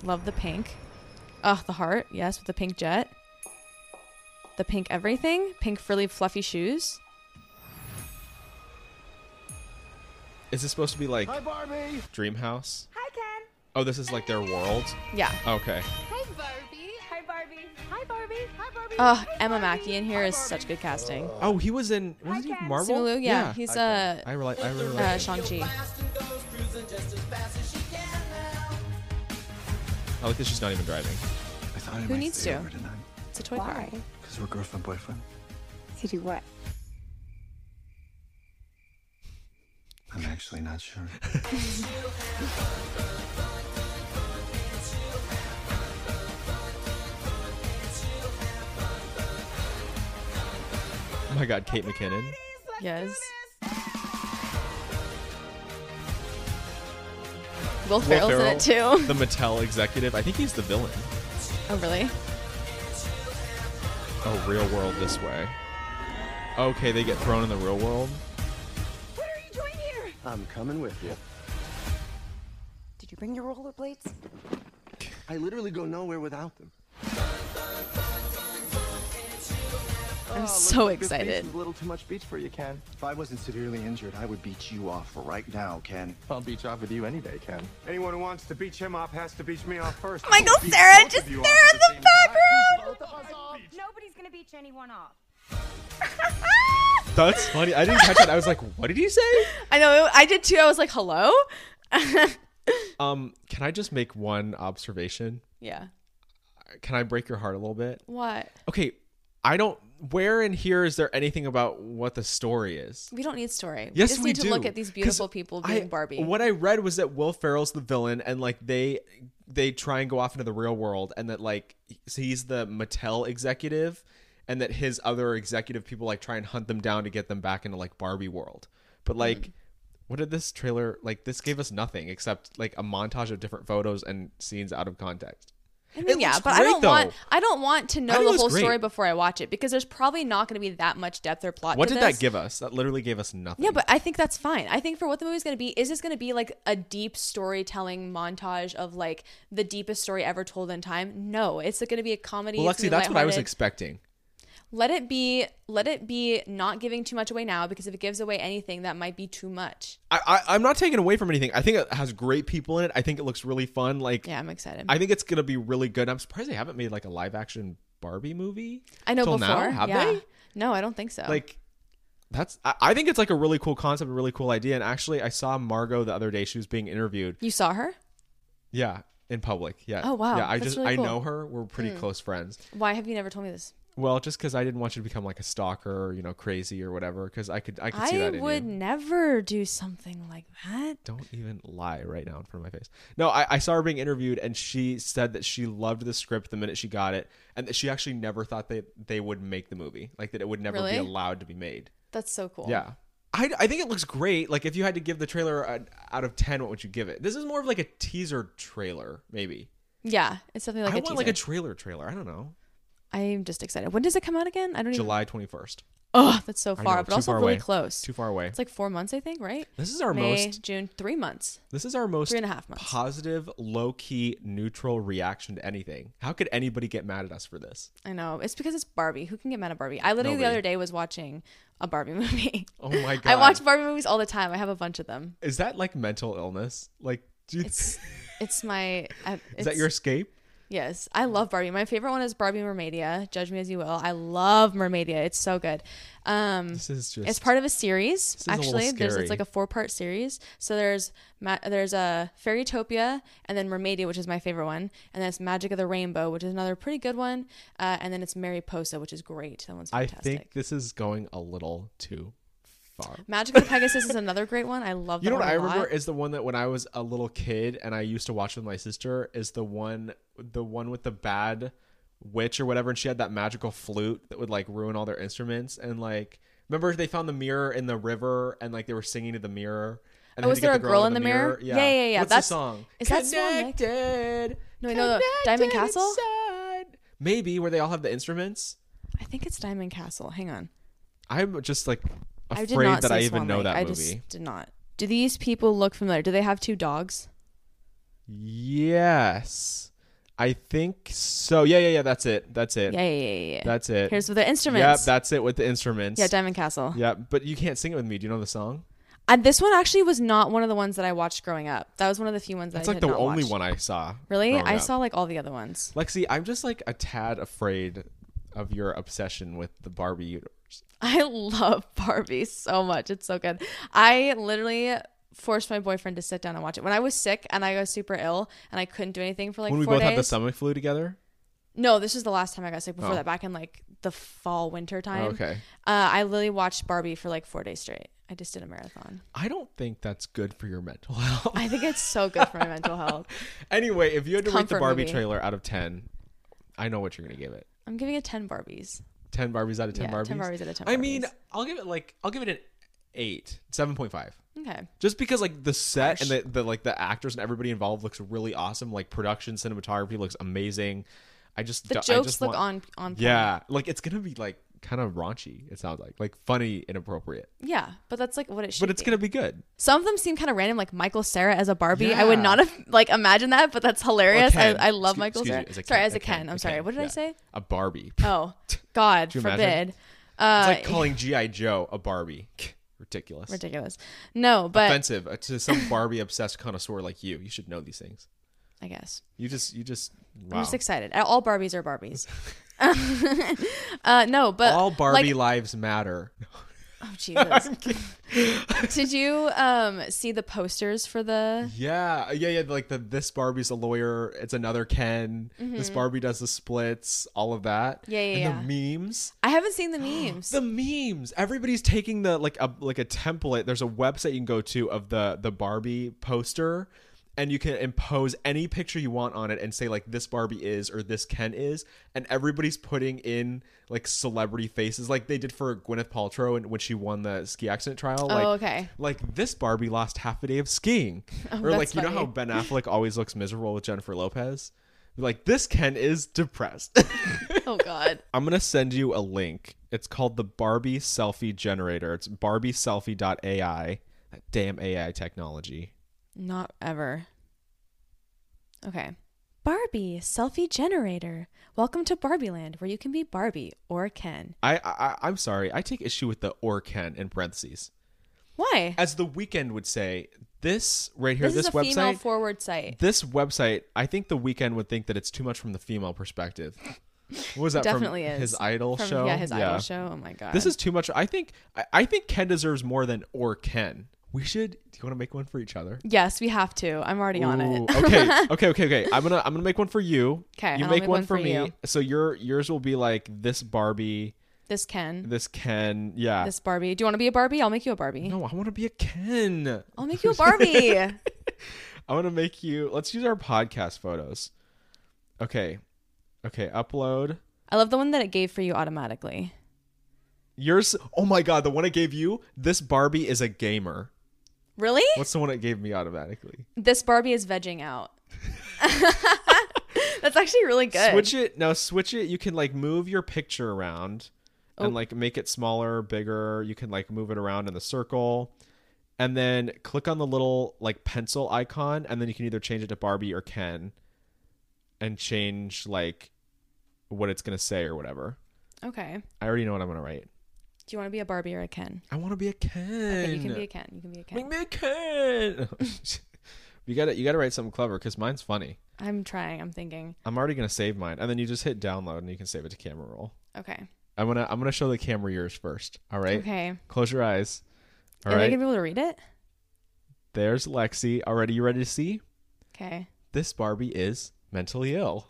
Speaker 2: Love the pink. Oh, the heart. Yes, with the pink jet. The pink everything. Pink frilly fluffy shoes.
Speaker 1: Is this supposed to be like
Speaker 3: Hi, Barbie.
Speaker 1: Dream House?
Speaker 4: Hi, Ken.
Speaker 1: Oh, this is like their world.
Speaker 2: Yeah.
Speaker 1: Okay.
Speaker 4: Hi, Barbie. Hi, Barbie. Hi, Barbie. Hi, Barbie.
Speaker 2: Oh, Emma Mackey in here is such good casting.
Speaker 1: Oh, he was in wasn't he
Speaker 4: Ken.
Speaker 1: Marvel?
Speaker 2: Simulu, yeah, he's uh,
Speaker 1: I really, I really
Speaker 2: uh
Speaker 1: like.
Speaker 2: Shang Chi.
Speaker 1: I like that she's not even driving.
Speaker 3: I thought I
Speaker 2: Who
Speaker 3: might
Speaker 2: needs
Speaker 3: stay
Speaker 2: to?
Speaker 3: over tonight
Speaker 2: It's a toy car.
Speaker 3: because we're girlfriend boyfriend.
Speaker 4: To do what?
Speaker 3: I'm actually not sure.
Speaker 1: Oh my God, Kate McKinnon.
Speaker 2: Yes. Will
Speaker 1: Will
Speaker 2: Ferrell's in it
Speaker 1: Ferrell,
Speaker 2: too.
Speaker 1: the Mattel executive. I think he's the villain.
Speaker 2: Oh, really?
Speaker 1: Oh, real world this way. Okay, they get thrown in the real world.
Speaker 4: What are you doing here?
Speaker 3: I'm coming with you.
Speaker 4: Did you bring your rollerblades?
Speaker 3: I literally go nowhere without them.
Speaker 2: I'm so excited.
Speaker 3: a little too much beach for you, Ken. If I wasn't severely injured, I would beat you off right now, Ken. I'll beach off with you any day, Ken.
Speaker 5: Anyone who wants to beach him off has to beach me off first.
Speaker 2: Michael
Speaker 5: We'll beach
Speaker 2: Cera
Speaker 5: both
Speaker 2: just
Speaker 5: of you
Speaker 2: there
Speaker 5: off
Speaker 2: in
Speaker 5: at
Speaker 2: the
Speaker 5: same time.
Speaker 2: background.
Speaker 4: Nobody's gonna beach anyone off.
Speaker 1: That's funny. I didn't catch that. I was like, what did he say?
Speaker 2: I know. I did too. I was like, hello.
Speaker 1: Um, can I just make one observation?
Speaker 2: Yeah.
Speaker 1: Can I break your heart a little bit?
Speaker 2: What?
Speaker 1: Okay, I don't. Where in here is there anything about what the story is?
Speaker 2: We don't need story.
Speaker 1: Yes,
Speaker 2: we just
Speaker 1: we
Speaker 2: need to
Speaker 1: do,
Speaker 2: look at these
Speaker 1: 'cause
Speaker 2: beautiful people being
Speaker 1: I-
Speaker 2: Barbie.
Speaker 1: What I read was that Will Ferrell's the villain, and like they they try and go off into the real world, and that like he's the Mattel executive, and that his other executive people like try and hunt them down to get them back into like Barbie world. But like,
Speaker 2: Mm.
Speaker 1: what did this trailer like? This gave us nothing except like a montage of different photos and scenes out of context.
Speaker 2: I mean,
Speaker 1: It
Speaker 2: yeah,
Speaker 1: looks
Speaker 2: but I
Speaker 1: great,
Speaker 2: don't want
Speaker 1: though.
Speaker 2: I don't want to
Speaker 1: I
Speaker 2: know
Speaker 1: think it
Speaker 2: the
Speaker 1: was
Speaker 2: whole
Speaker 1: great.
Speaker 2: story before I watch it because there's probably not going to be that much depth or plot.
Speaker 1: What
Speaker 2: to
Speaker 1: did
Speaker 2: this.
Speaker 1: that give us? That literally gave us nothing.
Speaker 2: Yeah, but I think that's fine. I think for what the movie's going to be, is this going to be like a deep storytelling montage of like the deepest story ever told in time? No, it's going to be a comedy.
Speaker 1: well,
Speaker 2: it's gonna
Speaker 1: Lexi,
Speaker 2: be
Speaker 1: that's what I was
Speaker 2: lighthearted.
Speaker 1: expecting.
Speaker 2: Let it be. Let it be not giving too much away now because if it gives away anything, that might be too much.
Speaker 1: I, I I'm not taking away from anything. I think it has great people in it. I think it looks really fun. Like
Speaker 2: Yeah, I'm excited.
Speaker 1: I think it's gonna be really good. I'm surprised they haven't made like a live action Barbie movie.
Speaker 2: I know
Speaker 1: till
Speaker 2: before.
Speaker 1: now, have
Speaker 2: yeah.
Speaker 1: they?
Speaker 2: No, I don't think so.
Speaker 1: Like that's I, I think it's like a really cool concept, a really cool idea. And actually, I saw Margot the other day. She was being interviewed.
Speaker 2: you saw her?
Speaker 1: Yeah, in public. Yeah.
Speaker 2: Oh, wow.
Speaker 1: Yeah, I
Speaker 2: That's
Speaker 1: just
Speaker 2: really
Speaker 1: I
Speaker 2: cool. Hmm.
Speaker 1: know her. We're pretty close friends.
Speaker 2: Why have you never told me this?
Speaker 1: Well, just because I didn't want you to become like a stalker or you know crazy or whatever. Because I could I could see
Speaker 2: I
Speaker 1: that in
Speaker 2: would
Speaker 1: you.
Speaker 2: never do something like that.
Speaker 1: don't even lie right now in front of my face. No, I, I saw her being interviewed, and she said that she loved the script the minute she got it, and that she actually never thought that they would make the movie, like that it would never
Speaker 2: Really?
Speaker 1: be allowed to be made.
Speaker 2: That's so cool.
Speaker 1: Yeah, I, I think it looks great. Like if you had to give the trailer an out of ten, what would you give it? This is more of like a teaser trailer, maybe.
Speaker 2: Yeah, it's something like
Speaker 1: I
Speaker 2: a
Speaker 1: want like a
Speaker 2: teaser.
Speaker 1: trailer trailer. I don't know.
Speaker 2: I'm just excited. When does it come out again? I don't even.
Speaker 1: July twenty first.
Speaker 2: Oh, that's so
Speaker 1: I
Speaker 2: far,
Speaker 1: know,
Speaker 2: but
Speaker 1: too
Speaker 2: also
Speaker 1: far
Speaker 2: really
Speaker 1: away.
Speaker 2: close.
Speaker 1: Too far away.
Speaker 2: It's like four months, I think, right?
Speaker 1: This is our
Speaker 2: May,
Speaker 1: most.
Speaker 2: June, three months.
Speaker 1: This is our most
Speaker 2: Three and a half months.
Speaker 1: positive, low key, neutral reaction to anything. How could anybody get mad at us for this?
Speaker 2: I know. It's because it's Barbie. Who can get mad at Barbie? I literally the
Speaker 1: Nobody.
Speaker 2: other day was watching a Barbie movie.
Speaker 1: Oh my god!
Speaker 2: I watch Barbie movies all the time. I have a bunch of them.
Speaker 1: Is that like mental illness? Like, do you,
Speaker 2: It's it's my. I- It's,
Speaker 1: is that your escape?
Speaker 2: Yes, I love Barbie. My favorite one is Barbie Mermaidia. Judge me as you will. I love Mermaidia. It's so good. Um,
Speaker 1: This is just.
Speaker 2: it's part of a series.
Speaker 1: is a little
Speaker 2: Actually, there's
Speaker 1: scary.
Speaker 2: it's like a four part series. So there's ma- there's a Fairytopia, and then Mermaidia, which is my favorite one, and then it's Magic of the Rainbow, which is another pretty good one, uh, and then it's Mariposa, which is great. That one's
Speaker 1: I
Speaker 2: fantastic.
Speaker 1: think this is going a little too far.
Speaker 2: Magic of the Pegasus is another great one. I love. That
Speaker 1: You know what
Speaker 2: one
Speaker 1: I
Speaker 2: a lot.
Speaker 1: remember is the one that when I was a little kid and I used to watch with my sister is the one the one with the bad witch or whatever and she had that magical flute that would like ruin all their instruments and like remember they found the mirror in the river and like they were singing to the mirror and
Speaker 2: Oh,
Speaker 1: they had
Speaker 2: is
Speaker 1: to get
Speaker 2: there a girl in the mirror?
Speaker 1: Yeah.
Speaker 2: Yeah, yeah, yeah.
Speaker 1: What's
Speaker 2: That's-
Speaker 1: the song?
Speaker 2: is that Swan Lake?
Speaker 1: Connected.
Speaker 2: No, I know the Diamond
Speaker 1: connected
Speaker 2: Castle?
Speaker 1: inside. Maybe where they all have the instruments.
Speaker 2: I think it's Diamond Castle. Hang on.
Speaker 1: I'm just like
Speaker 2: I did
Speaker 1: afraid
Speaker 2: not
Speaker 1: that
Speaker 2: see
Speaker 1: I
Speaker 2: Swan
Speaker 1: even know
Speaker 2: Lake.
Speaker 1: that
Speaker 2: I
Speaker 1: movie.
Speaker 2: just did not. Do these people look familiar? Do they have two dogs?
Speaker 1: Yes. I think so. Yeah, yeah, yeah. That's it. That's it.
Speaker 2: Yeah, yeah, yeah, yeah, yeah.
Speaker 1: That's it.
Speaker 2: Here's with the
Speaker 1: Yep,
Speaker 2: instruments.
Speaker 1: that's it with the instruments.
Speaker 2: yeah, Diamond Castle.
Speaker 1: yep, but you can't sing it with me. Do you know the song?
Speaker 2: I, this one actually was not one of the ones that I watched growing up. That was one of the few ones that
Speaker 1: That's
Speaker 2: I
Speaker 1: like
Speaker 2: did
Speaker 1: the
Speaker 2: not
Speaker 1: only
Speaker 2: watch.
Speaker 1: one I saw.
Speaker 2: Really,
Speaker 1: growing
Speaker 2: I
Speaker 1: up.
Speaker 2: saw like all the other ones.
Speaker 1: Lexi, I'm just like a tad afraid of your obsession with the Barbie universe.
Speaker 2: I love Barbie so much. It's so good. I literally forced my boyfriend to sit down and watch it when I was sick and I was super ill and I couldn't do anything for like
Speaker 1: when we
Speaker 2: four
Speaker 1: both
Speaker 2: days.
Speaker 1: had the stomach flu together.
Speaker 2: No, this is the last time I got sick before
Speaker 1: Oh.
Speaker 2: that, back in like the fall, winter time.
Speaker 1: Okay.
Speaker 2: Uh, I literally watched Barbie for like four days straight. I just did a marathon.
Speaker 1: I don't think that's good for your mental health.
Speaker 2: I think it's so good for my mental health.
Speaker 1: anyway, if you had to rate the
Speaker 2: Comfort
Speaker 1: Barbie
Speaker 2: movie.
Speaker 1: trailer out of 10, I know what you're going to give it.
Speaker 2: I'm giving it 10 Barbies.
Speaker 1: 10 Barbies out of 10
Speaker 2: Yeah,
Speaker 1: Barbies.
Speaker 2: 10 Barbies out of 10
Speaker 1: I mean,
Speaker 2: Barbies.
Speaker 1: I'll give it like I'll give it an 8, 7.5.
Speaker 2: Okay.
Speaker 1: Just because like the set and the, the like the actors and everybody involved looks really awesome, like production cinematography looks amazing. I just
Speaker 2: The
Speaker 1: don't- I
Speaker 2: jokes
Speaker 1: just
Speaker 2: look
Speaker 1: want-
Speaker 2: on on point.
Speaker 1: Yeah, like it's going to be like kind of raunchy it sounds like. Like funny inappropriate.
Speaker 2: Yeah, but that's like what it should
Speaker 1: But it's
Speaker 2: be.
Speaker 1: going to be good.
Speaker 2: Some of them seem kind of random, like Michael Sarah as a Barbie. I would
Speaker 1: Yeah.
Speaker 2: not have like imagined that, but that's hilarious.
Speaker 1: Ken.
Speaker 2: I, I love
Speaker 1: Excuse-
Speaker 2: Michael
Speaker 1: excuse
Speaker 2: Sarah.
Speaker 1: me,
Speaker 2: sorry, as a
Speaker 1: Ken,
Speaker 2: Ken. I'm sorry.
Speaker 1: Ken,
Speaker 2: What did I
Speaker 1: yeah.
Speaker 2: say?
Speaker 1: A Barbie.
Speaker 2: Oh, God
Speaker 1: Could you
Speaker 2: forbid.
Speaker 1: imagine?
Speaker 2: Uh,
Speaker 1: it's like calling GI Joe a Barbie. Ridiculous.
Speaker 2: ridiculous. No, but
Speaker 1: Offensive uh, to some Barbie obsessed connoisseur like you. You should know these things.
Speaker 2: I guess
Speaker 1: You just you just wow.
Speaker 2: I'm just excited. Uh, All Barbies are Barbies. uh, no, but
Speaker 1: All Barbie
Speaker 2: Like,
Speaker 1: lives matter.
Speaker 2: oh Jesus! Did you um see the posters for the?
Speaker 1: Yeah, yeah, yeah. Like the this Barbie's a lawyer. It's another Ken. This Barbie does the splits. All of that.
Speaker 2: Mm-hmm. Yeah, yeah,
Speaker 1: And the memes.
Speaker 2: I haven't seen the memes.
Speaker 1: The memes. Everybody's taking the like a like a template. There's a website you can go to of the the Barbie poster, and you can impose any picture you want on it and say like this Barbie is or this Ken is, and everybody's putting in like celebrity faces like they did for Gwyneth Paltrow and when she won the ski accident trial. Like,
Speaker 2: Oh, okay.
Speaker 1: Like this Barbie lost half a day of skiing, or
Speaker 2: Oh,
Speaker 1: like
Speaker 2: that's
Speaker 1: you know how
Speaker 2: funny.
Speaker 1: Ben Affleck always looks miserable with Jennifer Lopez. Like this Ken is depressed.
Speaker 2: oh God.
Speaker 1: I'm gonna send you a link. It's called the Barbie Selfie Generator. It's barbieselfie.ai. That damn AI technology.
Speaker 2: Not ever. Okay. Barbie selfie generator. Welcome to Barbie Land, where you can be Barbie or Ken.
Speaker 1: I, I I'm sorry. I take issue with the or can in parentheses.
Speaker 2: Why?
Speaker 1: As the weekend would say, this right here,
Speaker 2: This,
Speaker 1: this,
Speaker 2: is a female
Speaker 1: website,
Speaker 2: forward site.
Speaker 1: this website. I think the weekend would think that it's too much from the female perspective. What was that? from
Speaker 2: Definitely is
Speaker 1: his idol
Speaker 2: From-
Speaker 1: show.
Speaker 2: Yeah, his idol show. Oh my god.
Speaker 1: This is too much. I think I, I think Ken deserves more than or Ken. We should. Do you want to make one for each other?
Speaker 2: Yes, we have to. I'm already on
Speaker 1: Ooh,
Speaker 2: it.
Speaker 1: okay, okay, okay, okay. I'm gonna I'm gonna make one for you.
Speaker 2: 'Kay, and
Speaker 1: you
Speaker 2: I'll
Speaker 1: make,
Speaker 2: make
Speaker 1: one,
Speaker 2: one
Speaker 1: for
Speaker 2: for
Speaker 1: me.
Speaker 2: you.
Speaker 1: So your yours will be like this Barbie,
Speaker 2: this Ken.
Speaker 1: this Ken. Yeah.
Speaker 2: This Barbie. Do you want to be a Barbie? I'll make you a Barbie.
Speaker 1: no, I want to be a Ken.
Speaker 2: I'll make you a Barbie.
Speaker 1: I want to make you. Let's use our podcast photos. Okay, okay. Upload
Speaker 2: I love the one that it gave for you automatically.
Speaker 1: yours. Oh my god, the one I gave you. This Barbie is a gamer.
Speaker 2: Really?
Speaker 1: What's the one it gave me automatically?
Speaker 2: This Barbie is vegging out. That's actually really good.
Speaker 1: Switch it. No, switch it. You can like move your picture around
Speaker 2: Oh.
Speaker 1: and like make it smaller, bigger. You can like move it around in the circle. And then click on the little like pencil icon and then you can either change it to Barbie or Ken and change like what it's going to say or whatever.
Speaker 2: Okay.
Speaker 1: I already know what I'm going to write.
Speaker 2: Do you want to be a Barbie or a Ken?
Speaker 1: I want to be a Ken.
Speaker 2: Okay, you can be a Ken. You can be a Ken.
Speaker 1: Make me a Ken. you got to you got to write something clever cuz mine's funny.
Speaker 2: I'm trying. I'm thinking.
Speaker 1: I'm already gonna save mine, and then you just hit download, and you can save it to camera roll.
Speaker 2: Okay.
Speaker 1: I'm gonna I'm gonna show the camera yours first. All right.
Speaker 2: Okay.
Speaker 1: Close your eyes. All
Speaker 2: Are
Speaker 1: right.
Speaker 2: they gonna be able to read it?
Speaker 1: There's Lexi. Already, you ready to see?
Speaker 2: Okay.
Speaker 1: This Barbie is mentally ill.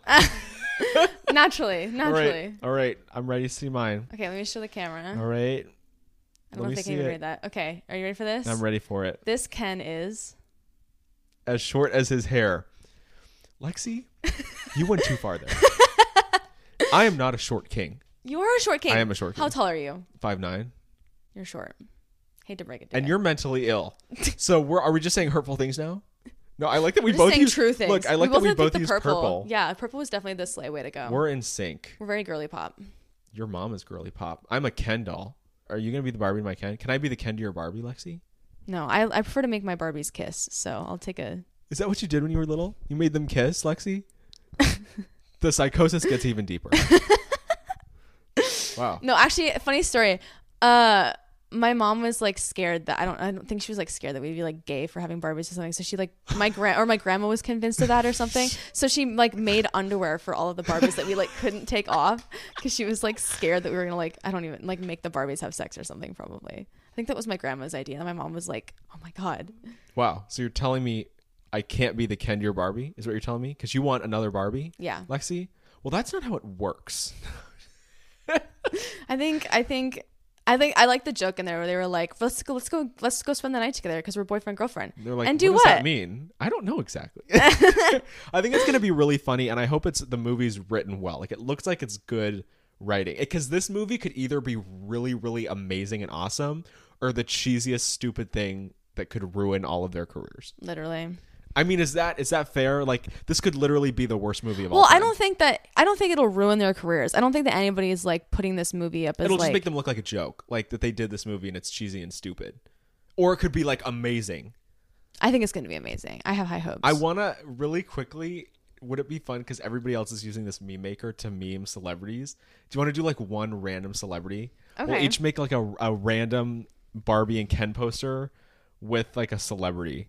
Speaker 2: Naturally.
Speaker 1: All
Speaker 2: Naturally.
Speaker 1: right. All right. I'm ready to see mine.
Speaker 2: Okay. Let me show the camera.
Speaker 1: All right.
Speaker 2: I don't know
Speaker 1: let
Speaker 2: if
Speaker 1: me
Speaker 2: they
Speaker 1: see
Speaker 2: can even
Speaker 1: it.
Speaker 2: read that. Okay. Are you ready for this?
Speaker 1: I'm ready for it.
Speaker 2: This Ken is.
Speaker 1: As short as his hair. Lexi, you went too far there. I am not a short king.
Speaker 2: You are a short king.
Speaker 1: I am a short
Speaker 2: How
Speaker 1: king.
Speaker 2: tall are you?
Speaker 1: Five nine.
Speaker 2: You're short. Hate to break it. to
Speaker 1: and
Speaker 2: you.
Speaker 1: you're mentally ill. So we're are we just saying hurtful things now? No, I like that we
Speaker 2: We're just
Speaker 1: both
Speaker 2: saying
Speaker 1: use
Speaker 2: true things.
Speaker 1: Look, I like that we
Speaker 2: picked
Speaker 1: both
Speaker 2: the
Speaker 1: use purple.
Speaker 2: Yeah, purple was definitely the sleigh way to go. We're,
Speaker 1: We're in sync.
Speaker 2: very girly pop.
Speaker 1: Your mom is girly pop. I'm a Ken doll. Are you gonna be the Barbie to my Ken? Can I be the Ken to your Barbie, Lexi?
Speaker 2: No, I, I prefer to make my Barbies kiss, so I'll take a.
Speaker 1: Is that what you did when you were little? You made them kiss, Lexi? the psychosis gets even deeper. wow.
Speaker 2: No, actually, funny story. Uh, my mom was like scared that I don't I don't think she was like scared that we'd be like gay for having Barbies or something. So she like my grand or my grandma was convinced of that or something. So she like made underwear for all of the Barbies that we like couldn't take off because she was like scared that we were gonna like I don't even like make the Barbies have sex or something probably. I think that was my grandma's idea. And my mom was like, "Oh my god,
Speaker 1: Wow. So you're telling me I can't be the Ken to your Barbie, is what you're telling me? Because you want another Barbie?
Speaker 2: Yeah.
Speaker 1: Lexi? Well, that's not how it works.
Speaker 2: I think I think I think I like the joke in there where they were like, "Let's go, let's go, let's go spend the night together because we're boyfriend girlfriend."
Speaker 1: They're like,
Speaker 2: and
Speaker 1: what
Speaker 2: do
Speaker 1: does
Speaker 2: what?
Speaker 1: that mean? I don't know exactly. I think it's going to be really funny, and I hope it's the movie's written well. Like, it looks like it's good writing. Because this movie could either be really, really amazing and awesome, or the cheesiest, stupid thing that could ruin all of their careers.
Speaker 2: Literally.
Speaker 1: I mean, is that is that fair? Like, this could literally be the worst movie of all
Speaker 2: Well, I
Speaker 1: time.
Speaker 2: don't think that I don't think it'll ruin their careers. I don't think that anybody is like putting this movie up as
Speaker 1: It'll
Speaker 2: like
Speaker 1: just make them look like a joke, like that they did this movie and it's cheesy and stupid, or it could be like amazing.
Speaker 2: I think it's going to be amazing. I have high hopes.
Speaker 1: I want to really quickly. Would it be fun because everybody else is using this meme maker to meme celebrities? Do you want to do like one random celebrity? We'll
Speaker 2: Okay.
Speaker 1: each make like a, a random Barbie and Ken poster with like a celebrity.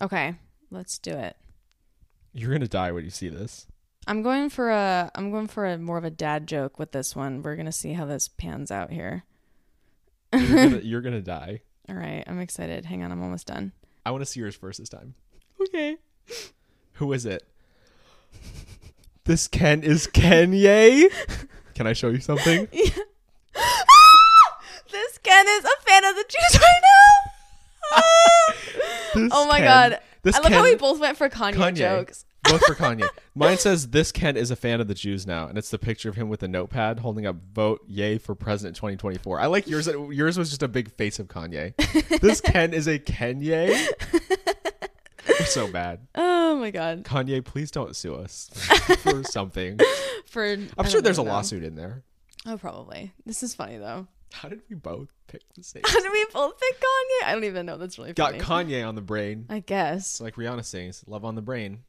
Speaker 2: okay, let's do it.
Speaker 1: You're gonna die when you see this.
Speaker 2: I'm going for a I'm going for a more of a dad joke with this one. We're going to see how this pans out here.
Speaker 1: You're gonna, you're gonna die.
Speaker 2: All right, I'm excited. Hang on, I'm almost done.
Speaker 1: I want to see yours first this time.
Speaker 2: Okay.
Speaker 1: Who is it? This Ken is Kenye. Can I show you something?
Speaker 2: This Ken is a fan of the Jews right now.
Speaker 1: This
Speaker 2: Oh my
Speaker 1: Ken-
Speaker 2: god! I love
Speaker 1: Ken-
Speaker 2: how we both went for Kanye,
Speaker 1: Kanye.
Speaker 2: jokes.
Speaker 1: Both for Kanye. Mine says this Kent is a fan of the Jews now, and it's the picture of him with a notepad holding up "Vote Yay for President 2024." I like yours. Yours was just a big face of Kanye. This Ken is a Kanye. We're so bad.
Speaker 2: Oh my god!
Speaker 1: Kanye, please don't sue us for something.
Speaker 2: For
Speaker 1: I'm sure there's a lawsuit in there.
Speaker 2: Oh, probably. This is funny though.
Speaker 1: How did we both pick the same?
Speaker 2: Did we both pick Kanye? I don't even know. That's really
Speaker 1: Got
Speaker 2: funny.
Speaker 1: Kanye on the brain.
Speaker 2: I guess
Speaker 1: It's like Rihanna sings "Love on the Brain,"